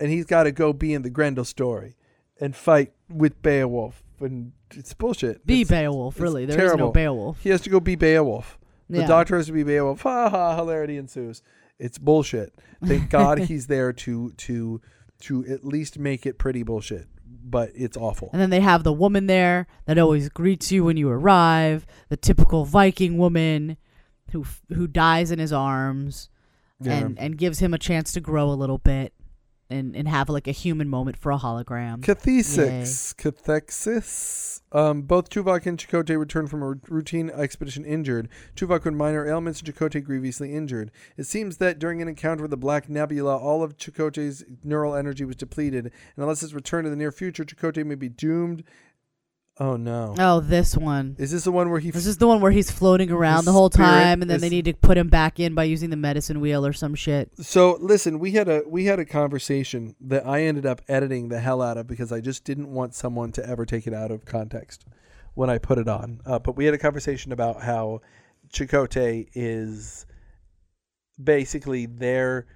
and he's got to go be in the Grendel story and fight with Beowulf. And it's bullshit.
Be
It's-
Beowulf,
it's
really. There is
terrible.
no Beowulf.
He has to go be Beowulf. The
Yeah.
doctor has to be Beowulf. Ha ha! Hilarity ensues. It's bullshit.
[laughs]
Thank God he's there to to to at least make it pretty bullshit, but it's awful.
And then they have the woman there that always greets you when you arrive, the typical Viking woman who f- who dies in his arms and and gives him a chance to grow a little bit and and have like a human moment for a hologram.
Cathexis, cathexis. Um, both Tuvok and Chakotay return from a r- routine expedition injured. Tuvok with minor ailments, and Chakotay grievously injured. It seems that during an encounter with the Black Nebula, all of Chakotay's neural energy was depleted, and unless it's returned in the near future, Chakotay may be doomed. Oh no!
Oh, this one.
Is this the one where he?
This is the one where he's floating around
His
the whole
spirit
time and then they
is-
need to put him back in by using the medicine wheel or some shit.
so listen, we had a we had a conversation that I ended up editing the hell out of because I just didn't want someone to ever take it out of context when I put it on. Uh, but we had a conversation about how Chicote is basically there.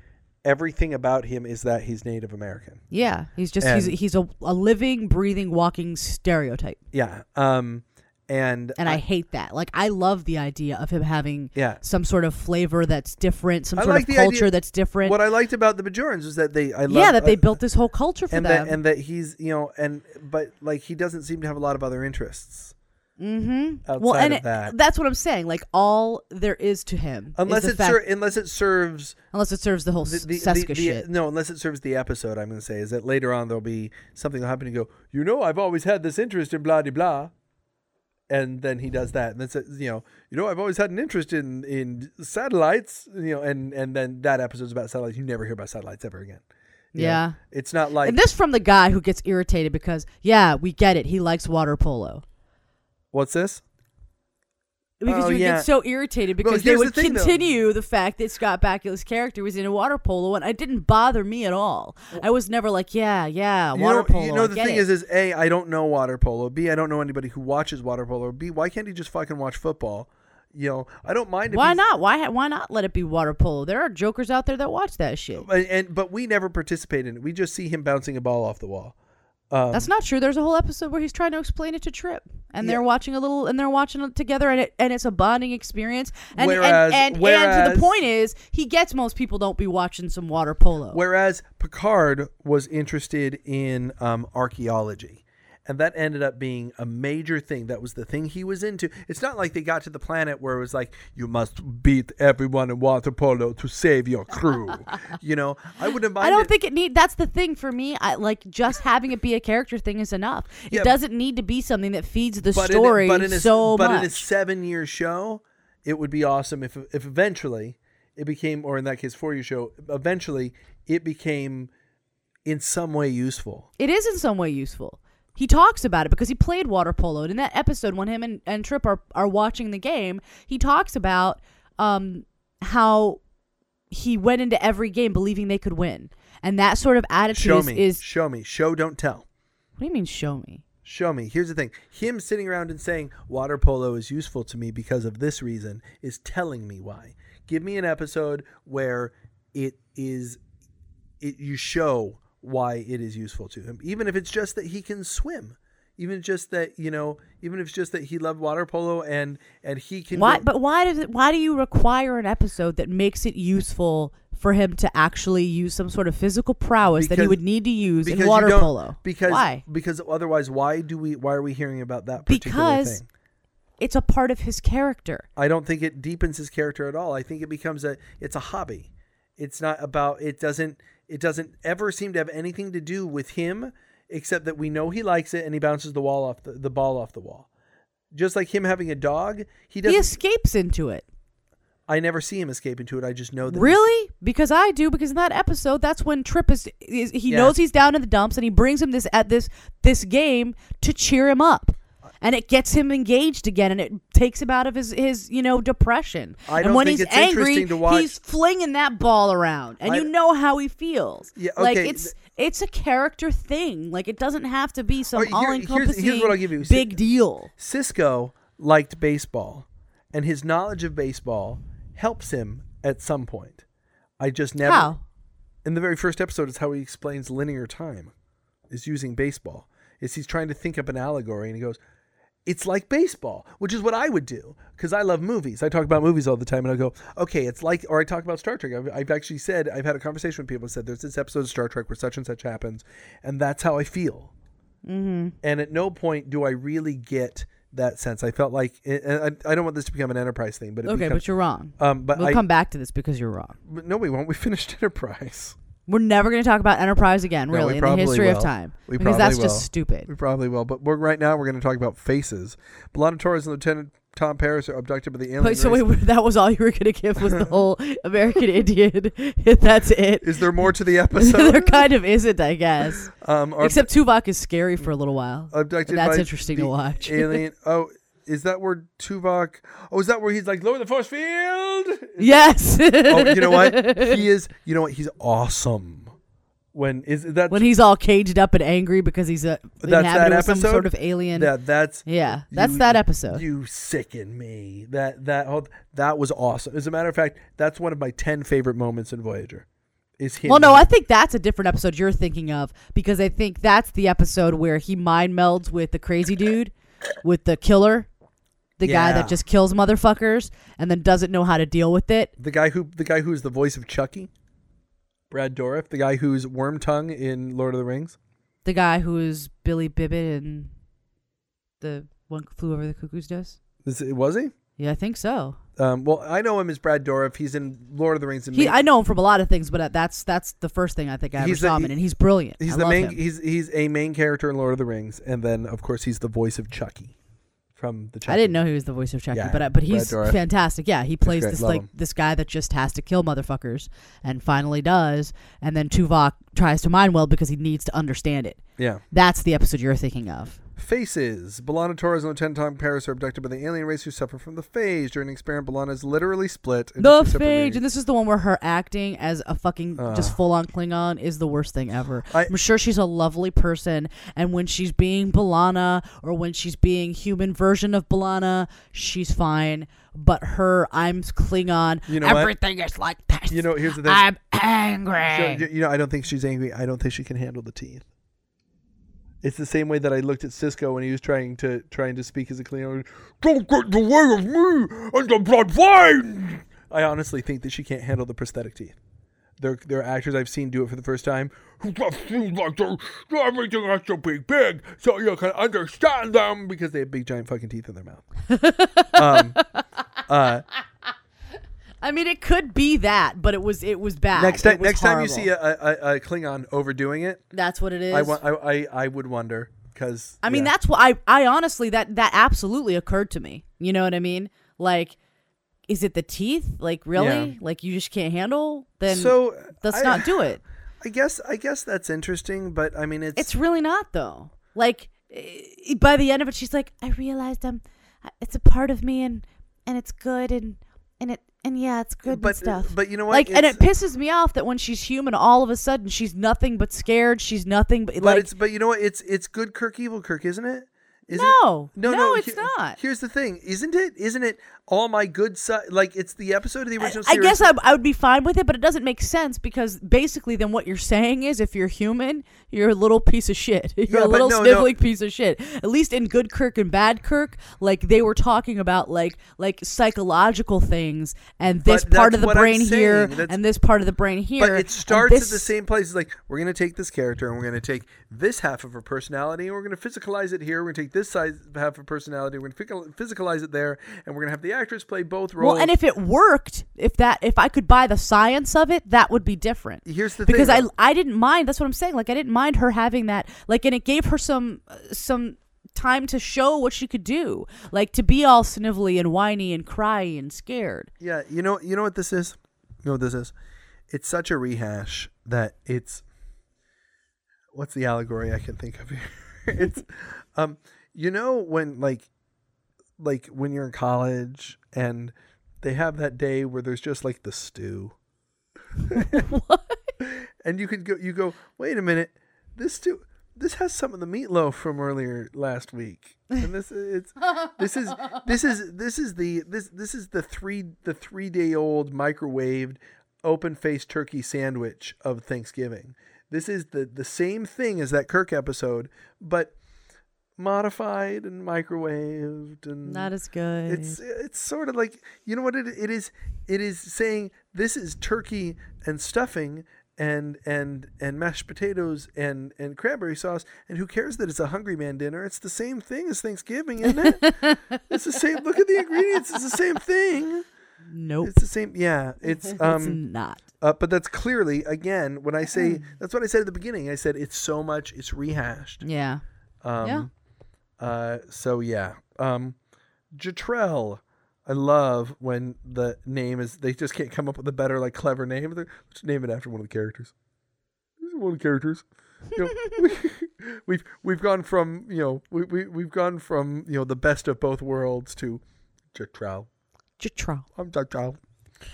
Everything about him is that he's Native American.
Yeah, he's just
And-
he's he's a, a living, breathing, walking stereotype,
Yeah. Um. And
and I, hate that. Like I love the idea of him having
yeah.
some sort of flavor that's different, some
I
sort
like
of
the idea-
culture that's different.
What I liked about the Bajorans was that they I love
yeah, that they
uh,
built this whole culture for
and
them.
that and that he's you know and but like he doesn't seem to have a lot of other interests.
mm-hmm.
outside
and
of that.
that's what I'm saying. Like all there is to him, is
unless
the
it
fact-
ser- unless it serves
unless it serves the whole
the,
s-
the,
Seska
the, the-
shit.
no unless it serves the episode i'm going to say is that later on there'll be something will happen and go you know i've always had this interest in blah de blah and then he does that and that's it, you know you know i've always had an interest in in satellites you know and and then that episode's about satellites you never hear about satellites ever again you know?
Yeah.
it's not like
and this from the guy who gets irritated because yeah, we get it. He likes water polo
what's this
because
Oh,
you
yeah.
get so irritated because they
here's
would
the thing, though.
continue the fact that Scott Bakula's character was in a water polo, and it didn't bother me at all. I was never like, yeah, yeah,
You
water
know,
polo.
You
I
know, the
get
thing
it.
is, is a I don't know water polo. B I don't know anybody who watches water polo. B why can't he just fucking watch football? You know, I don't mind. If
Why
he's-
not? Why ha- why not let it be water polo? There are jokers out there that watch that shit.
And, and- but we never participate in it. We just see him bouncing a ball off the wall. Um,
That's not true. There's a whole episode where he's trying to explain it to Trip, and
Yeah.
they're watching a little, and they're watching it together, and it, and it's a bonding experience. And
Whereas-
and, and, and to
whereas-
the point is, he gets most people don't be watching some water polo.
Whereas Picard was interested in um, archaeology. And that ended up being a major thing. That was the thing he was into. It's not like they got to the planet where it was like, you must beat everyone in water polo to save your
[laughs]
crew. you know, I wouldn't mind
I don't
it.
think it need. That's the thing for me. I like just having it be a character thing is enough.
Yeah,
it doesn't need to be something that feeds the
but
story
in, a- but in a,
so
but
much.
in a seven-year show, it would be awesome if if eventually it became, or in that case, four-year show. Eventually, it became in some way useful.
it is in some way useful. He talks about it because he played water polo. And in that episode, when him and, and Trip are, are watching the game, he talks about um, how he went into every game believing they could win. And that sort of attitude
Show
is,
me,
is-
show me, show don't tell.
What do you mean, show me?
Show me. Here's the thing: him sitting around and saying water polo is useful to me because of this reason is telling me why. Give me an episode where it is, it you show why it is useful to him, even if it's just that he can swim, even just that you know, even if it's just that he loved water polo and and he can.
Why?
go-
But why does it? Why do you require an episode that makes it useful for him to actually use some sort of physical prowess that he
Because-
would need to use
because
in
you
water
don't-
polo?
Because
why?
Because otherwise, why do we? Why are we hearing about that particular
Because-
thing?
It's a part of his character.
I don't think it deepens his character at all. I think it becomes a it's a hobby. It's not about it doesn't it doesn't ever seem to have anything to do with him except that we know he likes it and he bounces the wall off the, the ball off the wall. Just like him having a dog, he doesn't
He escapes into it.
I never see him escape into it. I just know that. he's-
Really? Because I do. Because in that episode, that's when Trip is, is he
Yeah.
knows he's down in the dumps, and he brings him this at this this game to cheer him up, and it gets him engaged again, and it takes him out of his his you know depression.
I
and
don't
when
think
he's
it's
angry,
interesting to watch-
he's flinging that ball around, and
I-
you know how he feels.
Yeah,
Like
okay,
it's. It's a character thing. Like it doesn't have to be some
All right, Oh, here- here's- here's what I'll
all-encompassing
give you.
big deal.
Cisco liked baseball, and his knowledge of baseball helps him at some point. I just never.
How?
In the very first episode, is how he explains linear time, is using baseball. Is he's trying to think up an allegory, and he goes, "It's like baseball," which is what I would do because I love movies. I talk about movies all the time, and I go, "Okay, it's like," or I talk about Star Trek. I've, I've actually said I've had a conversation with people and said, "There's this episode of Star Trek where such and such happens, and that's how I feel."
Mm-hmm.
and at no point do I really get that sense. I felt like and I, I don't want this to become an enterprise thing, but it
Okay,
becomes,
but you're wrong.
um, but
we'll
I,
come back to this because you're wrong.
but no, we won't. We finished [laughs] enterprise.
We're never going to talk about Enterprise again,
No, we
really, in
probably
the history
will.
of time.
We
because
probably
that's
will.
just stupid.
We probably will, but we're right now we're going to talk about faces. Belana Torres and Lieutenant Tom Paris are abducted by the alien.
Wait, so
race.
wait, that was all you were going to give was
[laughs]
the whole American Indian. [laughs] that's it.
is there more to
[laughs]
the
there
episode?
kind of isn't, I guess.
um, are
Except Tuvok is scary for a little while.
abducted
that's
by
interesting to
the
watch. [laughs]
alien. Oh, is that where Tuvok? Oh, is that where he's like lower the force field? [laughs]
yes.
oh, you know what? He is. You know what? He's awesome. When is that?
[laughs] when he's all caged up and angry because he's a inhabited with some sort of alien.
That that's
yeah, that's
you-
that episode.
You sicken me. That that whole, that was awesome. As a matter of fact, that's one of my ten favorite moments in Voyager. Is him?
Well, no, I think that's a different episode you're thinking of because I think that's the episode where he mind melds with the crazy dude, with the killer, the guy
Yeah.
that just kills motherfuckers and then doesn't know how to deal with it.
the guy who the guy who is the voice of Chucky, Brad Dourif, the guy who's Worm Tongue in Lord of the Rings.
The guy who is Billy Bibbit and the one who flew over the cuckoo's nest.
Is, was he?
Yeah, I think so.
Um, well, I know him as Brad Dourif. He's in Lord of the Rings. And
He,
Ma-
I know him from a lot of things, but uh, that's that's the first thing I think I ever
He's the-
saw him in, and he's brilliant.
He's
I
the
love
main.
him.
He's he's a main character in Lord of the Rings, and then of course he's the voice of Chucky from the. Chucky.
I didn't know he was the voice of Chucky,
Yeah,
but I, but he's
Brad Dourif.
fantastic. Yeah, he plays
great,
this
love
like
him.
this guy that just has to kill motherfuckers, and finally does, and then Tuvok tries to mind well because he needs to understand it.
Yeah.
That's the episode you're thinking of.
Faces. Belana Torres and Lieutenant Tom Paris are abducted by the alien race who suffer from the phage. During an experiment, Belana is literally split. into
The
two separate
Phage,
beings.
and this is the one where her acting as a fucking
Ugh.
just full on Klingon is the worst thing ever.
I-
I, am sure she's a lovely person, and when she's being Balana or when she's being human version of Balana, she's fine. But her, I'm Klingon.
You know what?
everything is like this.
You know, here's the thing.
I'm angry.
So, you- you know, I don't think she's angry. I don't think she can handle the teeth. It's the same way that I looked at Cisco when he was trying to trying to speak as a Klingon. Don't get in the way of me and the bloodline. I honestly think that she can't handle the prosthetic teeth. There, there are actors I've seen do it for the first time who just seem like they everything has to be big so you can understand them because they have big giant fucking teeth in their mouth. um, uh,
I mean, it could be that, but it was it was bad.
next
Ah, It
time,
was
next time you
horrible.
see a, a, a- a Klingon overdoing it,
that's what it is.
I, wa- I, I, I would wonder because
I mean, that's what I I honestly that that absolutely occurred to me. You know what I mean? Like, is it the teeth? Like really?
Yeah.
Like you just can't handle? Then
so.
let's
I-
not do it.
I guess I guess that's interesting, but I mean it's,
It's really not though. Like eh, by the end of it, she's like, I realized I'm, it's a part of me, and and it's good, and and it and yeah, it's good
but uh,
and stuff.
but you know what?
like and
It's-
it pisses me off that when she's human all of a sudden she's nothing but scared she's nothing but,
but
like
it's but you know what? It's it's good Kirk evil Kirk, isn't it? Isn't it?
No. No, it's not.
Here's the thing, isn't it? Isn't it all my good side? Like it's the episode of the original
I
series.
guess I, I would be fine with it, but it doesn't make sense because basically, then what you're saying is, if you're human, you're a little piece of shit. [laughs] You're
Yeah,
a
but
little
no, no.
sniveling piece of shit. At least in Good Kirk and Bad Kirk, like they were talking about like like psychological things and this
But
part
that's
of the
what I'm
brain here
saying. That's-
and this part of the brain here.
but it
and
starts at
this-
the same place. It's like we're gonna take this character and we're gonna take this half of her personality and we're gonna physicalize it here. We're gonna take this size half of personality. We're gonna physical- physicalize it there, and we're gonna have the actress play both roles.
Well, and if it worked, if that, if I could buy the science of it, that would be different.
Here's the thing,
because
though.
I, I didn't mind. That's what I'm saying. Like I didn't mind her having that. Like, and it gave her some, uh, some time to show what she could do. Like to be all snivelly and whiny and cryy and scared.
Yeah, you know, you know what this is. You know what this is. It's such a rehash that it's. What's the allegory I can think of here? [laughs] it's, um, you know when like, like when you're in college and they have that day where there's just like the stew. And you could go, you go. Wait a minute, this stew. This has some of the meatloaf from earlier last week, and this it's this is this is this is the this this is the three the three day old microwaved open faced turkey sandwich of Thanksgiving. This is the the same thing as that Kirk episode, but modified and microwaved and
Not as good.
it's it's sort of like you know what it, it is it is saying this is turkey and stuffing and and and mashed potatoes and and cranberry sauce and who cares that it's a hungry man dinner it's the same thing as thanksgiving isn't it it's the same look at the ingredients it's the same thing
nope.
it's the same yeah it's
it's
um
not.
uh, but that's clearly again when i say that's what i said at the beginning i said it's so much it's rehashed
Yeah.
um,
Yeah.
Uh, so yeah. Um, Jatrell. I love when the name is they just can't come up with a better like clever name. They're, let's name it after one of the characters. This is One of the characters. You know, we, we've we've gone from you know we, we we've gone from you know the best of both worlds to Jatrell.
Jatro.
I'm Jatrell.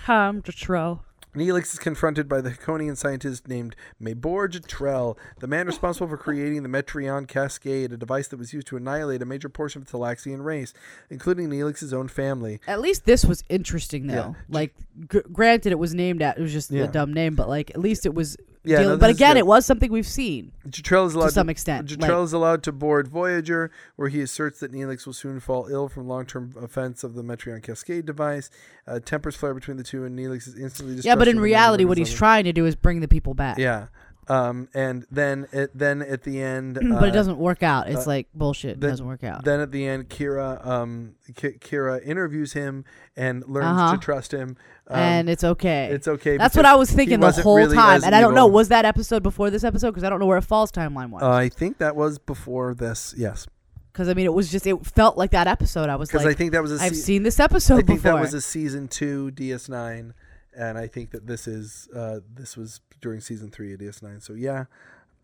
I'm Jatro.
Neelix is confronted by the Haconian scientist named Mabor Jatrell, the man responsible for creating the Metreon Cascade, a device that was used to annihilate a major portion of the Talaxian race, including Neelix's own family.
At least this was interesting though.
Yeah.
Like, gr granted, it was named at it was just
Yeah.
a dumb name, but like at least it was.
Yeah,
dealing-
no,
but
this is
again,
good.
it was something we've seen.
Jatrell is allowed
some extent,
Jatrell
like-
is allowed to board Voyager, where he asserts that Neelix will soon fall ill from long-term offense of the Metreon Cascade device. Uh, tempers flare between the two, and Neelix is instantly
Yeah, but
distrustful
in
of the
reality,
manner of
what
his
he's
own-
trying to do is bring the people back.
Yeah, um, and then it, then at the end,
[clears throat] but
uh,
it doesn't work out. It's
uh,
like bullshit.
the-
it doesn't work out.
Then at the end, Kira, um, Ki- Kira interviews him and learns
Uh-huh.
to trust him. Um,
and it's okay.
it's okay.
That's what
because
I was
he
thinking the
wasn't
whole
really
time.
as
And I don't know,
evil.
was that episode before this episode? Because I don't know where it falls timeline
Uh,
was.
I think that was before this. Yes,
Because I mean, it was just it felt like that episode. I was
because
like,
I think that was a.
I've
se-
seen this episode
I think
before.
that was a season two DS9, and I think that this is uh, this was during season three of DS9. So yeah,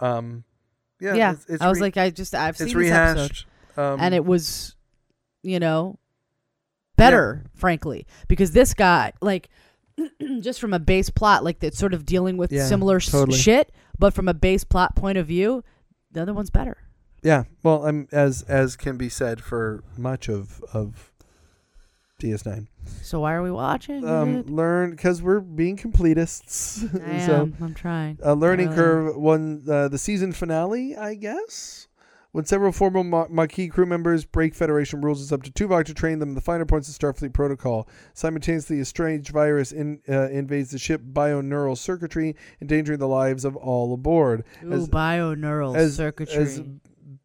um, yeah,
yeah,
It's, it's
I was
re-
like, I just I've seen
it's
this episode,
rehashed. Um,
and it was, you know, better, frankly, because this guy like. [clears throat] just from a base plot, like that's sort of dealing with
Yeah,
similar s-
totally.
shit, but from a base plot point of view, the other one's better.
yeah. Well, um, as as can be said for much of of DS9.
So why are we watching?
um,
it?
learn because we're being completists.
I am.
[laughs] so
I'm trying.
a learning
I really am.
curve one uh, the season finale, I guess. When several former Ma- Maquis crew members break Federation rules, it's up to Tuvok to train them in the finer points of Starfleet protocol. Simultaneously, a strange virus in, uh, invades the ship bioneural circuitry, endangering the lives of all aboard.
Ooh,
as-
bioneural
as-
circuitry.
As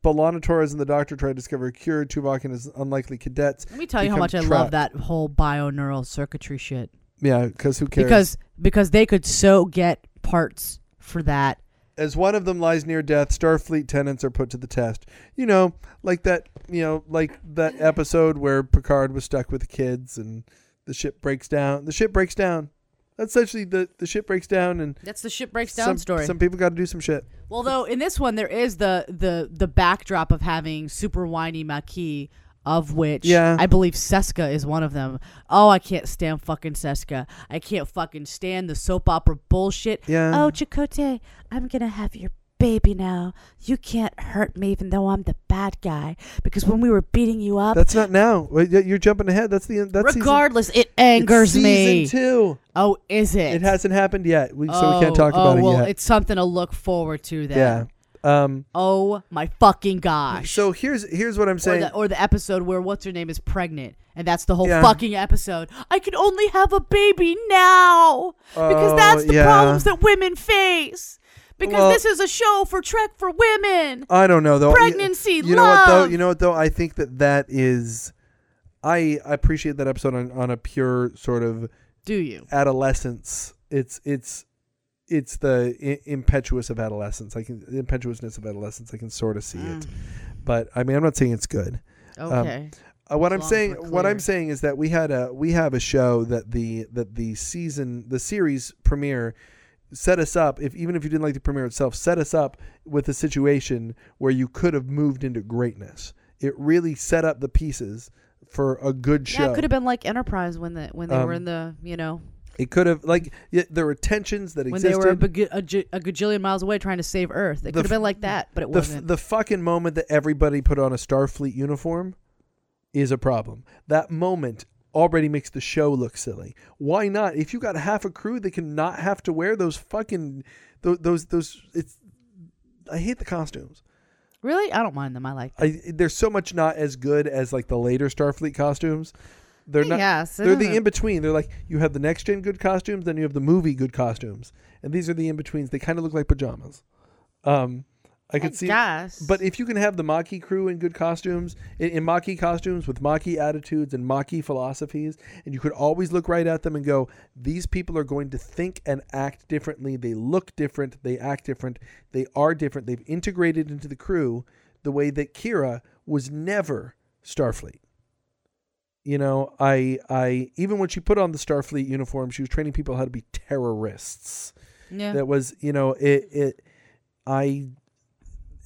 Balana Torres and the Doctor try to discover a cure, Tuvok and his unlikely cadets.
Let me tell you how
become
much I love that whole bioneural circuitry shit.
Yeah, because who cares?
Because because they could so get parts for that.
As one of them lies near death, Starfleet tenants are put to the test. You know, like that, you know, like that episode where Picard was stuck with the kids and the ship breaks down. The ship breaks down. That's essentially the the ship breaks down and
That's the ship breaks
some, some people got to do some shit.
well, though in this one there is the the the backdrop of having super whiny Maquis, of which
Yeah.
I believe Seska is one of them. Oh, I can't stand fucking Seska. I can't fucking stand the soap opera bullshit.
Yeah.
Oh, Chakotay, I'm gonna have your baby now. You can't hurt me, even though I'm the bad guy. Because when we were beating you up,
that's not now. Wait, y- You're jumping ahead. That's the end. That's season,
Regardless, it
it's
angers me.
Season two.
Oh, is it?
It hasn't happened yet, we, so
Oh,
we can't talk
oh,
about
well,
it yet.
it's something to look forward to then.
yeah. Um.
Oh my fucking gosh.
So here's here's what I'm
or
saying.
the, or the episode where what's her name is pregnant, and that's the whole
Yeah.
fucking episode. I can only have a baby now because
Oh,
that's the
yeah.
problems that women face. Because
Well-
this is a show for Trek for women.
I don't know though. Y-
Pregnancy,
You, know what though?
love.
You know what though? I think that that is. I I appreciate that episode on, on a pure sort of
Do you?
adolescence. It's it's Mm.
Mm.
it's the I- impetuous of adolescence. I can the impetuousness of adolescence. I can sort of see it. But I mean, I'm not saying it's good.
Okay.
Uh, what
As
I'm
long as
saying,
we're
what I'm
clear.
saying is that we had a we have a show that the that the season the series premiere set us up. If even if you didn't like the premiere itself, set us up with a situation where you could have moved into greatness. It really set up the pieces for a good show.
Yeah, it could have been like Enterprise when the when they
Um,
were in the you know
It could have like yeah, there were tensions that
when
existed.
they were a, bag- a, ju- a gajillion miles away trying to save Earth.
The
It could have
f-
been like that, but it
the,
wasn't.
f- the fucking moment that everybody put on a Starfleet uniform is a problem. That moment already makes the show look silly. Why not? If you got half a crew that can not have to wear those fucking those those, those it's I hate the costumes.
really, I don't mind them. I like. Them.
I they're so much not as good as like the later Starfleet costumes. They're not
yes, I
they're
don't
the
know.
in between. They're like you have the next gen good costumes, then you have the movie good costumes, and these are the in betweens. They kind of look like pajamas. Um, I could see,
guess.
but if you can have the Maki crew in good costumes, in, in Maki costumes with Maki attitudes and Maki philosophies, and you could always look right at them and go, "These people are going to think and act differently. They look different. They act different. They are different. They've integrated into the crew the way that Kira was never Starfleet." you know i i even when she put on the starfleet uniform she was training people how to be terrorists
yeah,
that was you know it it i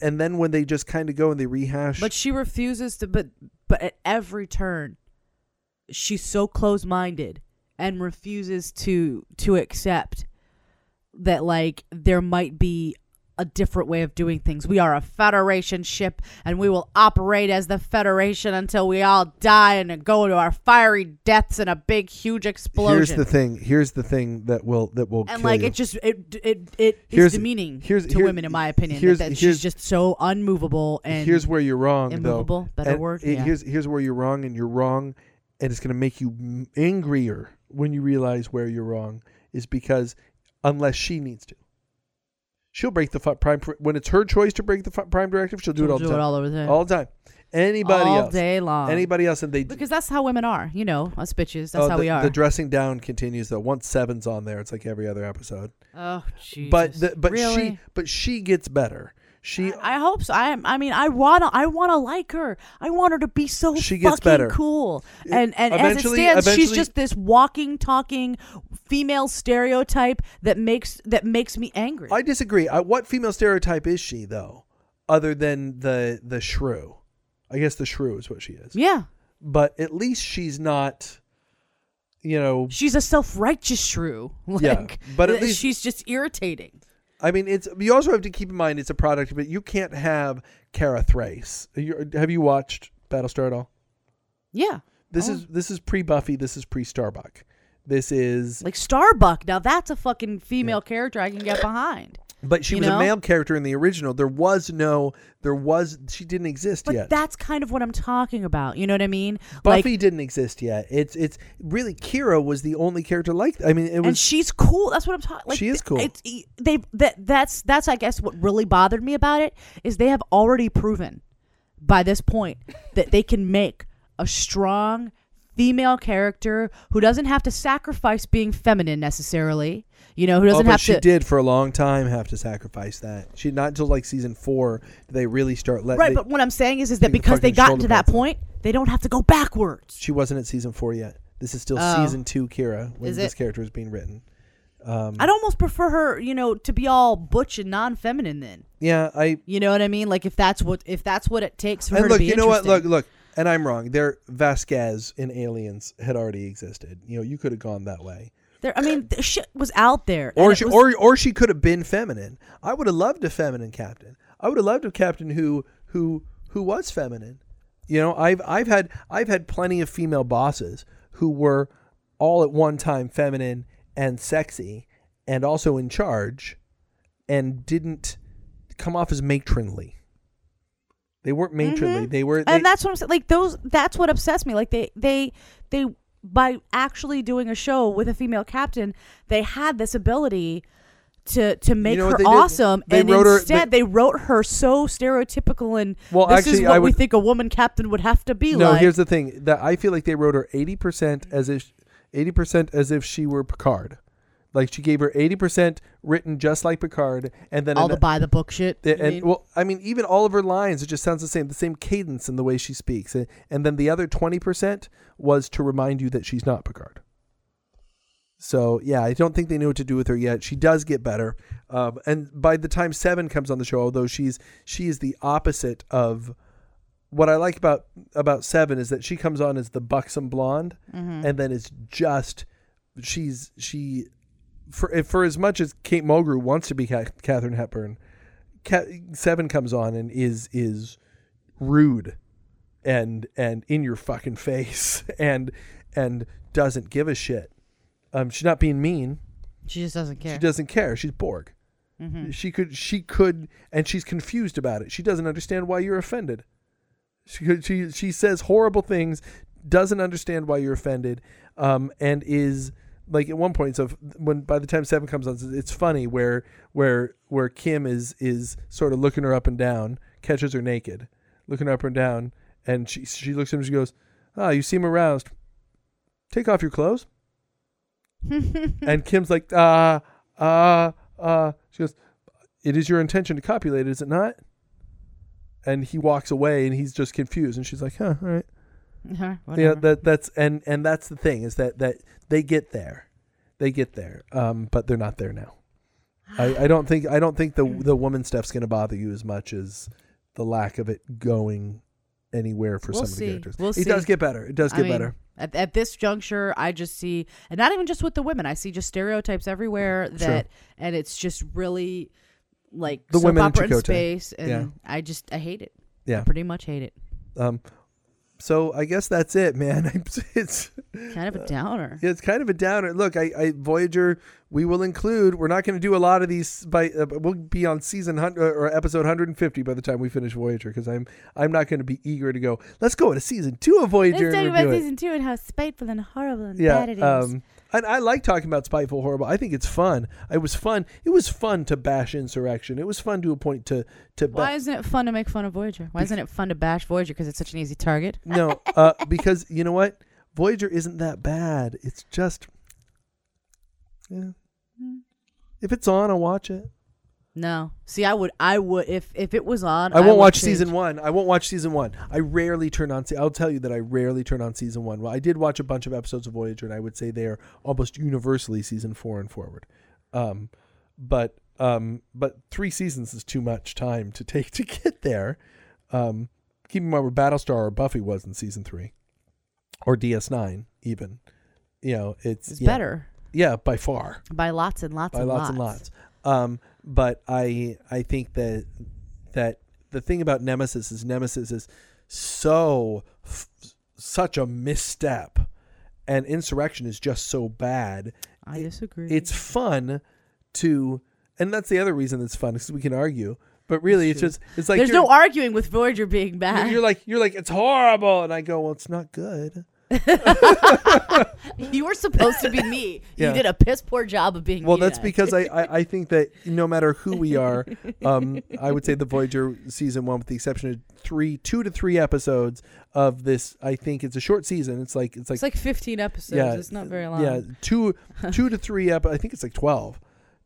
and then when they just kind of go and they rehash
but she refuses to. But but at every turn, she's so close-minded and refuses to to accept that like there might be a different way of doing things. We are a federation ship and we will operate as the federation until we all die and go to our fiery deaths in a big huge explosion.
here's the thing here's the thing that will that will
and
kill
like
you.
it just it it it
Here's-
is demeaning
here's-
to
here-
women in my opinion
here's-
that, that
here's-
she's just so unmovable and
here's where you're wrong
immovable,
though
better
And
word,
it-
yeah.
here's here's where you're wrong and you're wrong and it's going to make you m- angrier when you realize where you're wrong is because unless she needs to she'll break the fu- prime pr- when it's her choice to break the fu- prime directive she'll do it all the time
over there
all the time. Anybody
All
else?
day long
Anybody else? And they
because that's how women are you know us bitches that's
oh,
how
the,
we are
The dressing down continues though. Once seven's on there, it's like every other episode.
oh Jesus.
But the, but
really?
she but she gets better. She
I I hope so. I am- I mean, I wanna, I wanna like her. I want her to be so
She gets
fucking
better. E,
cool. And and as it
eventually-
stands, she's
eventually-
just this walking, talking female stereotype that makes that makes me angry.
I disagree. I, what female stereotype is she though, other than the the shrew? I guess the shrew is what she is.
yeah,
But at least she's not, you know.
she's a self-righteous shrew. [laughs] Like, uh,
Yeah, but at least-
she's just irritating.
I mean, it's you also have to keep in mind it's a product, but you can't have Kara Thrace. You, have you watched Battlestar at all?
Yeah,
This
Oh.
is this is pre Buffy. This is pre Starbuck. This is
like Starbuck. Now that's a fucking female character I can get behind.
but she
you
was a
know?
male character in the original. There was no there was she didn't exist
But
yet.
that's kind of what I'm talking about. You know what I mean?
Buffy
like,
didn't exist yet. It's it's really Kira was the only character like I mean it
and
was
she's cool. That's what I'm talking. Like
She is cool.
It's, e, they that that's that's I guess what really bothered me about it is they have already proven by this
[laughs]
point that they can make a strong female character who doesn't have to sacrifice being feminine necessarily. You know, who
Oh,
doesn't
but
have
she
to.
did for a long time have to sacrifice that. She not until like season four do they really start letting
right,
they-
but what I'm saying is, is that
Think the
because they
fucking
got
shoulder
to that
pads on.
point, they don't have to go backwards.
she wasn't at season four yet. This is still
Oh.
season two Kira when
Is
this
it?
character was being written. Um,
I'd almost prefer her, you know, to be all butch and non-feminine. Then,
Yeah, I
you know what I mean? Like if that's what if that's what it takes for her
and look,
to be
you know what? Look,
interesting.
look, and I'm wrong. Their Vasquez in Aliens had already existed. You know, you could have gone that way,
There, I mean, the shit was out there. and
uh, or
it
she,
was-
or or she could have been feminine. I would have loved a feminine captain. I would have loved a captain who who who was feminine. You know, I've I've had I've had plenty of female bosses who were all at one time feminine and sexy, and also in charge, and didn't come off as matronly. They weren't matronly. They were. They,
Mm-hmm. and that's what I'm saying. Like those, that's what upsets me. Like they, they, they, by actually doing a show with a female captain, they had this ability to to make
know what
her
they did?
awesome.
They
and
wrote her-
instead,
they-
they, wrote her so stereotypical and
Well,
this is
actually,
what
I
we
would-
think a woman captain would have to be
No,
like.
here's the thing that I feel like they wrote her eighty percent as if eighty percent as if she were Picard. Like she gave her eighty percent written just like Picard, and then
all
an-
the buy the book shit.
the-
you
and
mean?
well, I mean, even all of her lines, it just sounds the same, the same cadence in the way she speaks. And, and then the other 20% was to remind you that she's not Picard. So, yeah, I don't think they knew what to do with her yet. She does get better. Um, and by the time Seven comes on the show, although she's she is the opposite of what I like about about Seven is that she comes on as the buxom blonde
Mm-hmm.
and then it's just she's she for for as much as Kate Mulgrew wants to be Ca- Catherine Hepburn, Ca- Seven comes on and is is rude and and in your fucking face [laughs] and and doesn't give a shit. Um, she's not being mean.
she just doesn't care.
She
[laughs]
doesn't care. She's Borg. She could she could and she's confused about it. She doesn't understand why you're offended. She could, she she says horrible things, doesn't understand why you're offended, um, and is like at one point so f- when by the time seven comes on it's- it's funny where where where kim is is sort of looking her up and down catches her naked looking her up and down and she she looks at him and she goes ah you seem aroused take off your clothes and Kim's like, ah, ah, ah. She goes, it is your intention to copulate, is it not? And he walks away, and he's just confused. And she's like, huh, all right,
Huh,
yeah,
whatever.
that that's and and that's the thing is that that they get there, they get there, um, but they're not there now. I, I don't think I don't
[sighs]
think the the woman stuff's going to bother you as much as the lack of it going anywhere for some
We'll
of the
see.
characters.
We'll
it does
see.
get better. It does
I
get
mean,
better.
At, at this juncture, I just see, and not even just with the women, I see just stereotypes everywhere that, and it's just really like
The
soap
women in
opera in
Chakotay.
space, and
Yeah.
I just I hate it.
Yeah.
I pretty much hate it.
Um, so I guess that's it, man. [laughs] It's
Kind of
Uh,
a downer.
Yeah, it's kind of a downer. Look, I, I Voyager, we will include. We're not going to do a lot of these by. Uh, we'll be on season hundred or episode 150 by the time we finish Voyager because I'm I'm not going to be eager to go. Let's go into season two of Voyager.
Let's
and
talk about
review it."
season two and how spiteful and horrible and
yeah,
bad it is.
um, and I like talking about spiteful, horrible. I think it's fun. It was fun. It was fun to bash insurrection. It was fun to a point to to. ba-
Why isn't it fun to make fun of Voyager? Why isn't it fun to bash Voyager because it's such an easy target?
[laughs] no, uh, because you know what, Voyager isn't that bad. It's just, yeah.
Mm-hmm.
If it's on, I'll watch it.
No. See, I would, I would, if if it was on,
I won't
would
watch
change.
season one. I won't watch season one. I rarely turn on. se- I'll tell you that I rarely turn on season one. Well, I did watch a bunch of episodes of Voyager, and I would say they are almost universally season four and forward. Um, but um, but three seasons is too much time to take to [laughs] get there. Um, keep in mind where Battlestar or Buffy was in season three, or DS9 even. You know, it's,
It's
yeah.
better
Yeah, by far
by lots and lots
by
and
lots,
lots
and lots. Um, but I I think that that the thing about Nemesis is Nemesis is so f- such a misstep, and Insurrection is just so bad.
Mm-hmm.
I disagree.
It's fun to, and that's the other reason it's fun because we can argue. But really, it's just it's like
There's
you're-
no arguing with Voyager being bad.
you're, you're like you're like it's horrible, and I go, well, it's not good.
[laughs] You were supposed to be me.
[laughs] Yeah.
You did a piss poor job of being.
Well,
me
that's
then.
because I, I, I think that no matter who
[laughs]
we are, um, I would say the Voyager season one, with the exception of three, two to three episodes of this, I think it's a short season. It's like it's like,
It's like 15 episodes.
yeah,
it's not very long.
yeah,
[laughs]
two two to three ep- I think it's like twelve.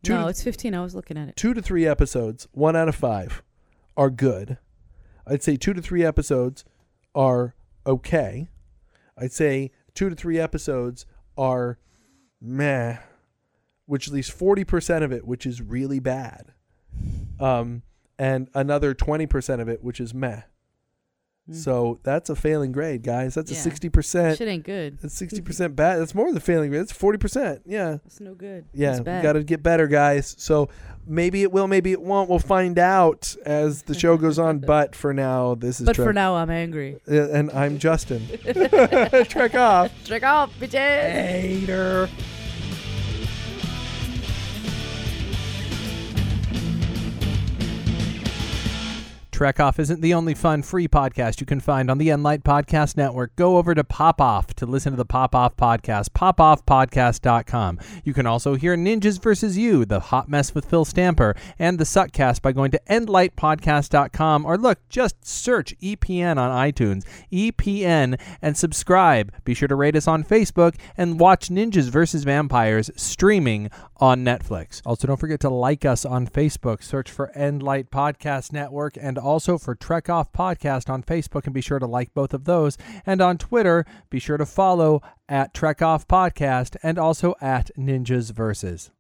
Two
no,
to
it's 15. I was looking at it.
two to three episodes, one out of five, are good. I'd say two to three episodes are okay. I'd say two to three episodes are meh, which leaves forty percent of it, which is really bad, um, and another twenty percent of it, which is meh.
Mm.
So that's a failing grade, guys. That's a
Yeah.
sixty percent.
Mm. shit ain't good.
That's sixty percent bad. That's more than failing grade. That's forty percent. Yeah.
It's no good.
Yeah,
It's
we
bad.
got to get better, guys. So maybe it will, maybe it won't. We'll find out as the show goes
[laughs]
on. But for now, this is
But
Trek,
for now, I'm angry.
Uh, and I'm Justin. Trek
[laughs]
off.
Check off, bitches.
Later. Trek Off isn't the only fun free podcast you can find on the Enlight Podcast Network. Go over to Pop Off to listen to the Pop Off podcast, popoffpodcast.com. You can also hear Ninjas vs. You, The Hot Mess with Phil Stamper, and The Suckcast by going to endlightpodcast.com or look, just search EPN on iTunes, EPN, and subscribe. Be sure to rate us on Facebook and watch Ninjas vs. Vampires streaming on Netflix. Also, don't forget to like us on Facebook. Search for End Light Podcast Network and also for Trek Off Podcast on Facebook. And be sure to like both of those. And on Twitter, be sure to follow at Trek Off Podcast and also at Ninjas Versus.